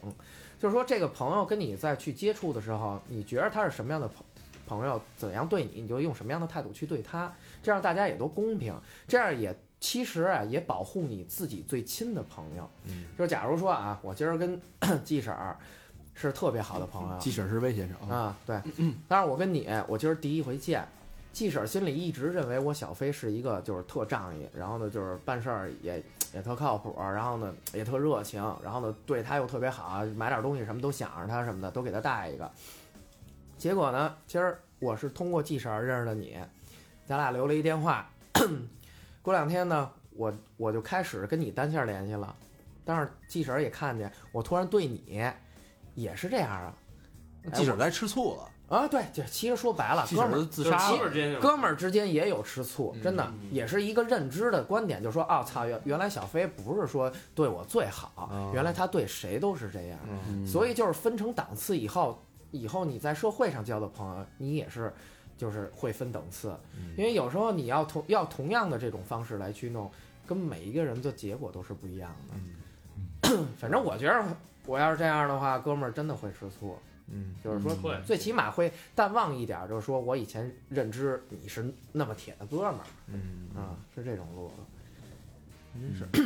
Speaker 2: 就是说这个朋友跟你在去接触的时候，你觉得他是什么样的朋朋友，怎样对你，你就用什么样的态度去对他，这样大家也都公平，这样也。其实啊，也保护你自己最亲的朋友。
Speaker 1: 嗯，
Speaker 2: 就假如说啊，我今儿跟 季婶儿是特别好的朋
Speaker 1: 嗯
Speaker 2: 友，
Speaker 3: 即使是威先生啊，
Speaker 2: 啊，对。但是我跟你，我今儿第一回见，季婶儿心里一直认为我小飞是一个就是特仗义，然后呢就是办事儿也也特靠谱，然后呢也特热情，然后呢对他又特别好，啊买点东西什么都想着他什么的，都给他带一个。结果呢，今儿我是通过季婶儿认识的你，咱俩留了一电话。 过两天呢，我我就开始跟你单线联系了，但是季婶儿也看见我突然对你也是这样啊，
Speaker 1: 哎记者该吃醋了，
Speaker 2: 啊，对，就其实说白了，哥们儿
Speaker 5: 自
Speaker 2: 杀了
Speaker 5: 哥们儿之间就
Speaker 2: 哥们儿之间也有吃醋，真的
Speaker 5: 嗯
Speaker 2: 也是一个认知的观点，就说啊，操，原原来小飞不是说对我最好
Speaker 5: 啊
Speaker 1: 哦，
Speaker 2: 原来他对谁都是这样，
Speaker 1: 嗯
Speaker 2: 所以就是分成档次以后，以后你在社会上交的朋友，你也是。就是会分等次，
Speaker 5: 嗯
Speaker 1: 嗯
Speaker 2: 因为有时候你要同要同样的这种方式来去弄，跟每一个人的结果都是不一样
Speaker 1: 嗯
Speaker 2: 的。
Speaker 5: 嗯
Speaker 2: 反正我觉得，我要是这样的话，哥们儿真的会吃醋。
Speaker 1: 嗯，
Speaker 2: 就是说
Speaker 5: 会
Speaker 2: 最起码会淡忘一点儿，就是说我以前认知你是那么铁的哥们儿
Speaker 1: 嗯
Speaker 2: 啊，是这种路子。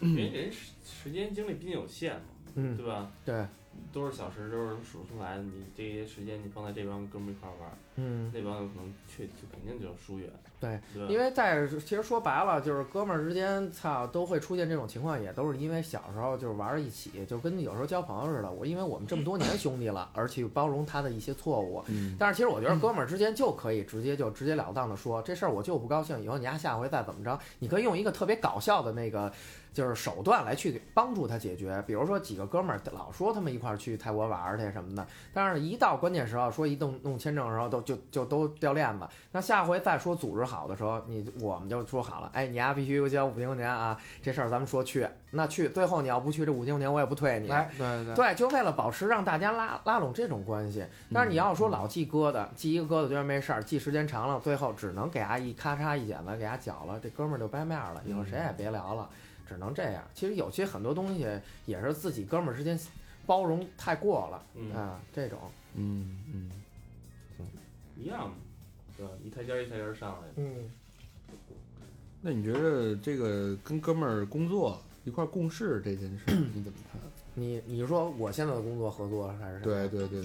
Speaker 5: 因为人时时间精力毕竟有限嘛，
Speaker 2: 嗯，
Speaker 5: 对吧？
Speaker 2: 对，
Speaker 5: 多少小时都是数出来的，你这些时间你放在这帮哥们儿一块儿玩儿，
Speaker 2: 嗯，
Speaker 5: 那帮有可能确就肯定就疏远。
Speaker 2: 对，
Speaker 5: 对吧
Speaker 2: 因为在其实说白了，就是哥们儿之间，操，都会出现这种情况，也都是因为小时候就是玩儿一起，就跟有时候交朋友似的。我因为我们这么多年兄弟了，而且包容他的一些错误。
Speaker 10: 嗯，
Speaker 2: 但是其实我觉得哥们儿之间就可以直接就直截了当的说这事儿我就不高兴，以后你丫下回再怎么着，你可以用一个特别搞笑的那个就是手段来去帮助他解决。比如说几个哥们儿老说他们一块儿去泰国玩儿去什么的，但是一到关键时候说一弄弄签证的时候都就就都掉链子。那下回再说组织好的时候，你我们就说好了，哎，你丫必须给我交五千块钱啊，这事儿咱们说去，那去，最后你要不去这五千块钱我也不退
Speaker 3: 哎
Speaker 2: 你。
Speaker 11: 来，对对，
Speaker 2: 对，就为了保持让大家拉拉拢这种关系。但是你要说老记疙瘩，记一个疙瘩觉得没事儿，记时间长了，最后只能给他一咔嚓一剪子给他绞了，这哥们儿就掰面儿了，以后谁也别聊了，只能这样。其实有些很多东西也是自己哥们儿之间包容太过了
Speaker 5: 嗯，
Speaker 2: 啊，这种，
Speaker 10: 嗯嗯，
Speaker 5: 一样嘛，对吧？一台阶儿一台阶儿上来。
Speaker 2: 嗯，
Speaker 3: 那你觉得这个跟哥们儿工作一块儿共事这件事儿，你怎么看？
Speaker 2: 你你说我现在的工作合作还是什么
Speaker 3: 对，对对，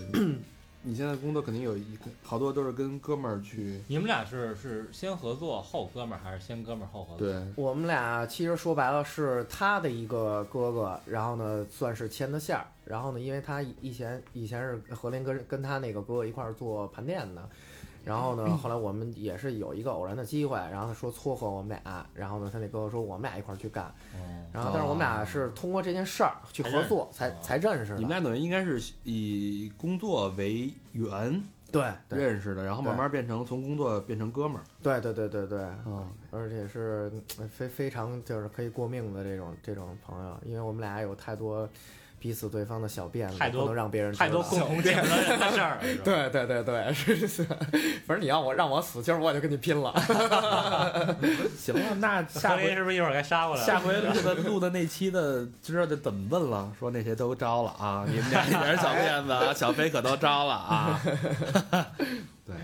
Speaker 3: 你现在工作肯定有一个好多都是跟哥们儿去，
Speaker 6: 你们俩是是先合作后哥们儿，还是先哥们儿后合作？
Speaker 3: 对，
Speaker 2: 我们俩其实说白了是他的一个哥哥，然后呢算是牵的线儿，然后呢，因为他以以前以前是何林跟跟他那个哥哥一块儿做盘店的，然后
Speaker 3: 嗯
Speaker 2: 呢，后来我们也是有一个偶然的机会，然后他说撮合我们俩，然后呢，他那哥哥说我们俩一块儿去干，
Speaker 3: 哦
Speaker 6: 嗯，
Speaker 2: 然后但是我们俩是通过这件事儿去合作才才认识
Speaker 3: 你们
Speaker 2: 的，
Speaker 3: 俩等于应该是以工作为缘
Speaker 2: 对对
Speaker 3: 认识的，然后慢慢变成从工作变成哥们儿。
Speaker 2: 对对对对对，
Speaker 3: 嗯，
Speaker 2: 而且是嗯非非常就是可以过命的这种这种朋友，因为我们俩有太多彼此对方的小辫子，
Speaker 6: 太多
Speaker 2: 不能让别人知道
Speaker 6: 太多共同见的人的事儿了，是吧，
Speaker 2: 对对对对， 是是，反正你要我让我死，今儿我就跟你拼了。
Speaker 3: 行了，那
Speaker 6: 哦下
Speaker 3: 下
Speaker 6: 回
Speaker 3: 回
Speaker 6: 是不是一会儿该杀过 来？
Speaker 3: 下回录的录的那期的知道就怎么问了，说那谁都招了 啊，你们俩也是小辫子 啊，小飞可都招了 啊。哎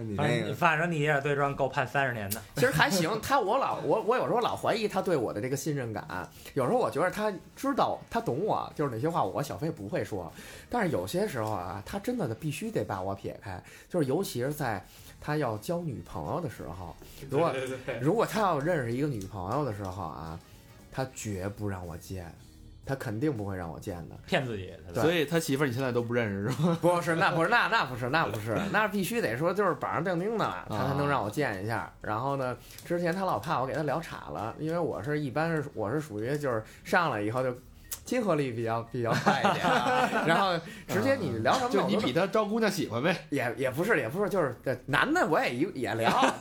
Speaker 10: 那你
Speaker 6: 反
Speaker 10: 那
Speaker 6: 正
Speaker 10: 个
Speaker 6: 你反正你一人对撞够判三十年的，
Speaker 2: 其实还行，他我老我我有时候老怀疑他对我的这个信任感，有时候我觉得他知道他懂我，就是哪些话我小飞不会说，但是有些时候啊，他真的必须得把我撇开，就是尤其是在他要交女朋友的时候，如果
Speaker 5: 对对对，
Speaker 2: 如果他要认识一个女朋友的时候啊，他绝不让我见，他肯定不会让我见的。
Speaker 6: 骗自己。对吧
Speaker 3: 所以他媳妇儿你现在都不认识是吧？
Speaker 2: 不是， 那不是，那那不是，那不是，那必须得说就是板上钉钉的了，他才能
Speaker 3: 啊
Speaker 2: 让我见一下。然后呢，之前他老怕我给他聊岔了，因为我是一般是我是属于就是上来以后就亲和力比较比较快一点啊， 然后直接你聊什么
Speaker 3: 嗯啊就
Speaker 2: 我
Speaker 3: 你
Speaker 2: 都
Speaker 3: 比他招姑娘喜欢呗。
Speaker 2: 也也不是也不是，就是呃男的我也一也
Speaker 3: 哎
Speaker 2: 聊，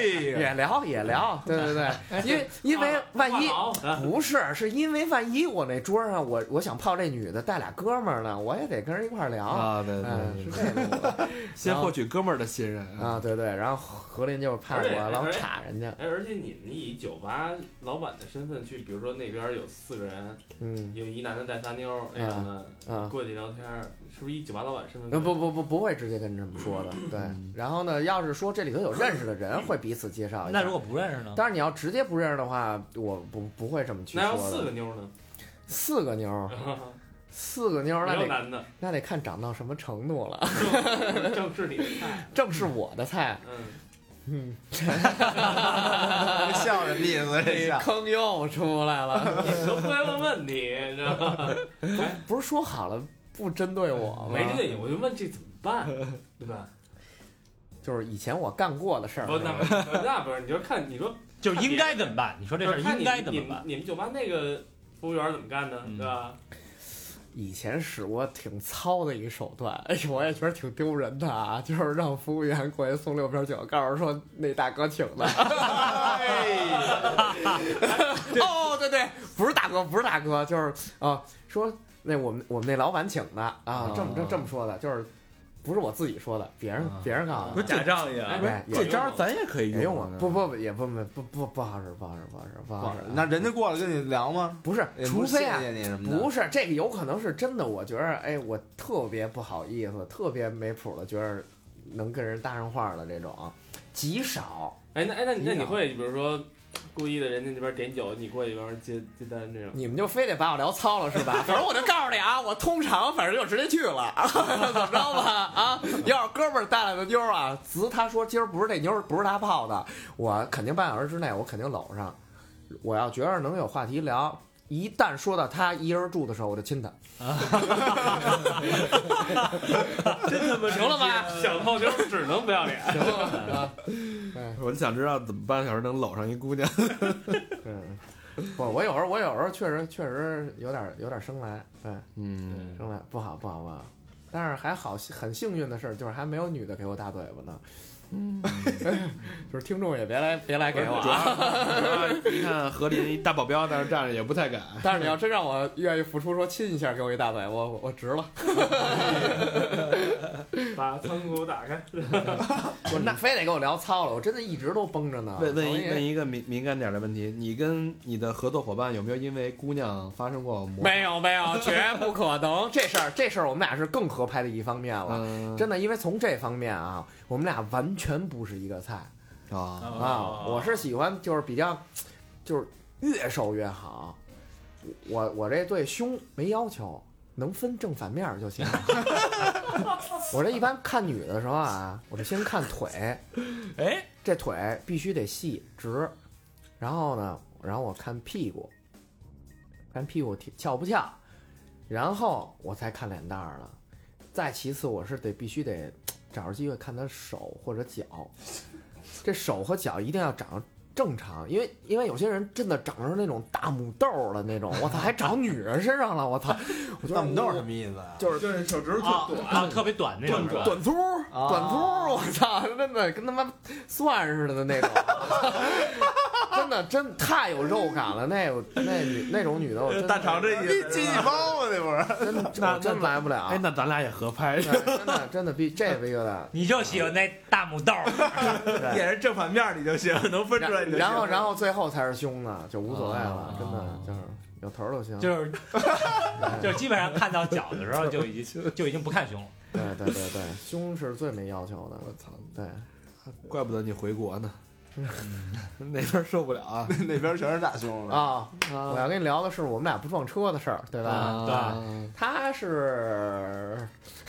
Speaker 2: 也聊也聊，对对
Speaker 3: 哎
Speaker 2: 对， 因为因
Speaker 3: 啊
Speaker 2: 为万一
Speaker 5: 好
Speaker 2: 不是，是因为万一我那桌上我我想泡这女的带俩哥们儿呢，我也得跟人一块儿聊。
Speaker 3: 啊，对
Speaker 2: 嗯，
Speaker 3: 对
Speaker 2: 是
Speaker 3: 对，
Speaker 2: 这个
Speaker 3: 先获取哥们儿的信任
Speaker 2: 啊，。对对，然后何林就怕我老插人家，
Speaker 5: 嗯哎，而且你你以酒吧老板的身份去，比如说那边儿有四个人，
Speaker 2: 嗯
Speaker 5: 有一男的带仨妞儿那样的，
Speaker 2: 啊，
Speaker 5: 过去聊天儿，是不是以酒吧老板身份？
Speaker 2: 那不，不不不会直接跟这么说的，对。
Speaker 5: 嗯
Speaker 2: 然后呢，要是说这里头有认识的人，会彼此介绍一下。
Speaker 6: 那如果不认识呢？
Speaker 2: 但是你要直接不认识的话，我不不会这么去
Speaker 5: 那要
Speaker 2: 说
Speaker 5: 四个
Speaker 2: 的。
Speaker 5: 妞儿呢？
Speaker 2: 四个妞儿，四个妞儿，
Speaker 5: 没
Speaker 2: 那
Speaker 5: 有
Speaker 2: 得
Speaker 5: 男的，
Speaker 2: 那得看长到什么程度了，
Speaker 5: 正是你的 菜。
Speaker 2: 正是我的菜。
Speaker 5: 嗯，
Speaker 2: 嗯，
Speaker 10: 笑什么意思？这笑
Speaker 2: 坑又出来了，
Speaker 5: 你都不该问问题，你知道吗？
Speaker 2: 不是说好了不针对我吗？
Speaker 5: 嗯没这个，我就问这怎么办，对吧？
Speaker 2: 就是以前我干过的事儿。
Speaker 5: 不，那不那不是，你就看你说
Speaker 6: 就应该怎么办？你说这事
Speaker 5: 就
Speaker 6: 儿
Speaker 5: 是看
Speaker 6: 应
Speaker 5: 你
Speaker 6: 该怎
Speaker 5: 你
Speaker 6: 么
Speaker 5: 们
Speaker 6: 办？
Speaker 5: 你们酒吧那个服务员怎么干的，
Speaker 6: 嗯
Speaker 5: 对吧？
Speaker 2: 以前使过挺糙的一个手段， 哎呦，我也觉得挺丢人的啊，就是让服务员过去送六瓶酒，告诉说那大哥请的。哎 哦，对对，不是大哥，不是大哥，就是啊、说那我们我们那老板请的啊，这么这这么说的，就是不是我自己说的，别人、别人告诉
Speaker 1: 不
Speaker 2: 的
Speaker 1: 是。假仗义啊
Speaker 5: 哎，
Speaker 3: 不是这招儿咱也可以
Speaker 2: 也用
Speaker 3: 用
Speaker 2: 啊
Speaker 3: 啊，，
Speaker 2: 不不不也不不不不不好使，不好使，不好使，不好使啊。
Speaker 10: 那人家过来跟你聊吗？
Speaker 2: 不是，除非啊，
Speaker 10: 也不是谢谢你什么的，
Speaker 2: 不是这个，有可能是真的。我觉得，哎，我特别不好意思，特别没谱的，觉得能跟人搭上话的这种极少。
Speaker 5: 哎，那哎那你那
Speaker 2: 一
Speaker 5: 你
Speaker 2: 样
Speaker 5: 会比如说故意的，人家那边点酒，你过去一边接接单这种。
Speaker 2: 你们就非得把我聊糙了是吧？反正我就告诉你啊，我通常反正就直接去了， 啊、怎么着吧啊？要是哥们儿带来的妞儿啊，子他说今儿不是这妞儿，不是他泡的，我肯定半小时之内我肯定搂上。我要觉着能有话题聊，一旦说到他一人住的时候，我就亲他。
Speaker 5: 真他妈
Speaker 2: 行了吧？
Speaker 5: 想泡妞只能不要脸。
Speaker 2: 行了啊，
Speaker 3: 我就想知道怎么半个小时能搂上一姑娘。
Speaker 2: 嗯，不，我有时候我有时候确实确实有点有点生来，对。
Speaker 3: 嗯，
Speaker 2: 生来不好不好不好，但是还好很幸运的事儿就是还没有女的给我大嘴巴呢。嗯， 就是听众也别来别来给我、啊，
Speaker 3: 你看何林一大保镖在那站着也不太敢。
Speaker 2: 但是你要真让我愿意付出说亲一下给我一大嘴，巴，我我值了。
Speaker 5: 把仓库打开，
Speaker 2: 我那非得给我聊糙了，我真的一直都绷着呢。
Speaker 3: 嗯问问
Speaker 2: 我
Speaker 3: 一
Speaker 2: 也
Speaker 3: 问一个敏敏感点的问题，你跟你的合作伙伴有没有因为姑娘发生过摩擦？
Speaker 2: 没有没有，绝不可能。这事儿这事儿我们俩是更合拍的一方面了，
Speaker 3: 嗯，
Speaker 2: 啊真的，因为从这方面啊，我们俩完全不是一个菜。
Speaker 3: 啊，
Speaker 2: 啊，我是喜欢就是比较，就是越瘦越好。我我这对胸没要求，能分正反面儿就行。我这一般看女的时候啊，我就先看腿，
Speaker 6: 哎，
Speaker 2: 这腿必须得细直，然后呢，然后我看屁股，看屁股挺翘不翘，然后我才看脸蛋儿了。再其次，我是得必须得找着机会看他手或者脚，这手和脚一定要长正常，因为因为有些人真的长成那种大母豆儿了那种，我操，还长女人身上了，我操，我觉 得
Speaker 4: 大母豆是什么意思啊？
Speaker 2: 就是
Speaker 7: 就是手指头
Speaker 6: 啊
Speaker 7: 特短，
Speaker 6: 啊，特别短那种是吧，
Speaker 2: 短粗儿，
Speaker 7: 哦
Speaker 2: 短粗儿，我操，真的跟他妈蒜似的的那种， 真的真太有肉感了，那有那女那种女的，我真的
Speaker 7: 大肠这意
Speaker 4: 机器
Speaker 7: 思。
Speaker 4: 猫吗？
Speaker 2: 啊
Speaker 4: 那不是？
Speaker 2: 真
Speaker 3: 那
Speaker 2: 我真
Speaker 3: 那
Speaker 2: 来不了，
Speaker 3: 哎，那咱俩也合拍。
Speaker 2: 对真的真的比这个有点。
Speaker 6: 你就喜欢那大母豆儿，
Speaker 7: 也是正反面你就行，能 分出来你就行。哦
Speaker 2: 然后，然后最后才是胸呢，就无所谓了
Speaker 6: 啊，
Speaker 2: 真的就是有头儿就行。
Speaker 6: 就是 就是基本上看到脚的时候就已经就已经不看胸了。
Speaker 2: 对对对对，胸是最没要求的。
Speaker 3: 我操，
Speaker 2: 对，
Speaker 3: 怪不得你回国呢，那边受不了啊。
Speaker 4: 那边全是大胸了。
Speaker 2: 啊，我要跟你聊的是我们俩不撞车的事儿，对吧？
Speaker 3: 啊，
Speaker 2: 他是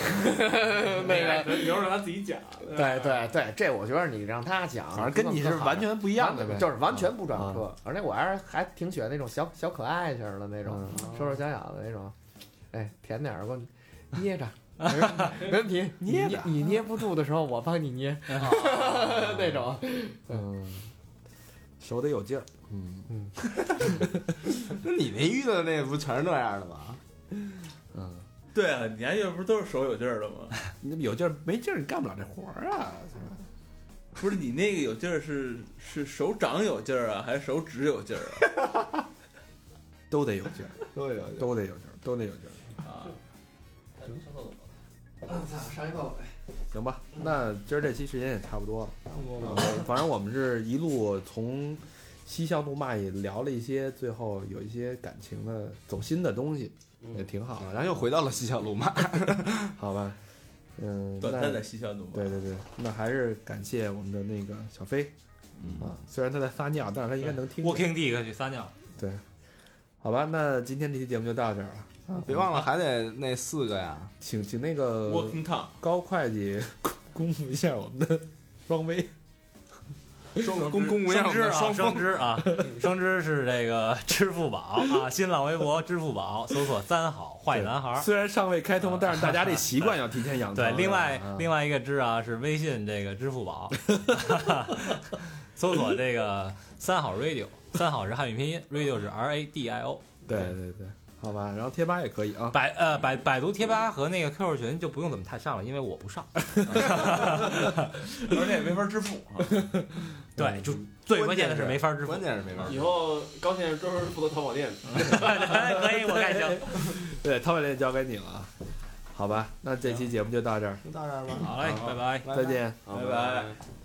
Speaker 2: 那个，
Speaker 5: 哎留着他自己讲。
Speaker 2: 对对对，这我觉得你让他讲，
Speaker 3: 反正跟你是完全不一
Speaker 2: 一
Speaker 3: 样的呗。嗯
Speaker 2: 就是完全不撞车，而且我还是还挺喜欢那种小小可爱型的那种，
Speaker 3: 嗯
Speaker 2: 瘦瘦小小的那种，哎，甜点儿给我 捏着。没问题，
Speaker 3: 捏
Speaker 2: 你
Speaker 3: 着
Speaker 2: 你捏不住的时候，我帮你捏，
Speaker 3: 啊
Speaker 2: 那种。
Speaker 3: 嗯，手得有劲儿。嗯
Speaker 4: 那你那遇到那不全是那样的吗？
Speaker 3: 嗯。
Speaker 7: 对啊，你还月不是都是手有劲儿的 吗？
Speaker 3: 你有劲儿没劲儿，你干不了这活儿啊！
Speaker 7: 不是你那个有劲儿是是手掌有劲儿啊，还是手指有劲儿啊？
Speaker 3: 都得有劲儿，
Speaker 4: 都有。
Speaker 3: 都得有劲儿，都得有劲儿，
Speaker 7: 啊
Speaker 3: 行吧？那今儿这期时间也差不多了，嗯反正我们是一路从嬉笑怒骂也聊了一些，最后有一些感情的走心的东西，也挺好的，
Speaker 4: 然后又回到了嬉笑怒骂，
Speaker 3: 好吧？嗯，
Speaker 7: 短
Speaker 3: 那
Speaker 7: 暂的嬉笑怒骂。
Speaker 3: 对对对，那还是感谢我们的那个小飞，
Speaker 7: 嗯
Speaker 3: 啊，虽然他在撒尿，但是他应该能听见。
Speaker 6: Walking Dick 去撒尿，
Speaker 3: 对，好吧，那今天这期节目就到这儿了，
Speaker 4: 别
Speaker 6: 嗯
Speaker 4: 忘了还得那四个 呀。
Speaker 3: 请请那个
Speaker 7: Walking Town，
Speaker 3: 高会计公布一下我们的双微，
Speaker 4: 双公公务员
Speaker 6: 双支啊，
Speaker 4: 双
Speaker 6: 双
Speaker 4: 峰
Speaker 6: 支啊，双支是这个 支付宝啊，新浪微博、支付宝搜索“三好坏男孩”。嗯
Speaker 3: 虽然尚未开通，但是大家这习惯要提前养成。
Speaker 6: 对，另外
Speaker 4: 嗯
Speaker 3: 啊
Speaker 6: 另外一个支啊是微信这个支 付宝，搜索这个三好 radio，三 好是汉语拼音，radio 是 R A D I O。
Speaker 3: 对对对，好吧，然后贴吧也可以啊。
Speaker 6: 百呃百百度贴吧和那个 QQ 群就不用怎么太上了，因为 我不上。
Speaker 7: 而且也没法支付。
Speaker 6: 对，就最关键的是没法支
Speaker 4: 嗯
Speaker 6: 付
Speaker 4: 关。 键是没法儿。
Speaker 5: 以后高先生专门负责淘宝店，
Speaker 6: 可以，我看 行。
Speaker 3: 对，淘宝店交给你了啊，好吧，那这期节目就到这儿，
Speaker 4: 就到这儿吧，
Speaker 6: 好嘞，拜拜。
Speaker 4: 拜拜
Speaker 3: 再见。
Speaker 5: 拜
Speaker 7: 拜。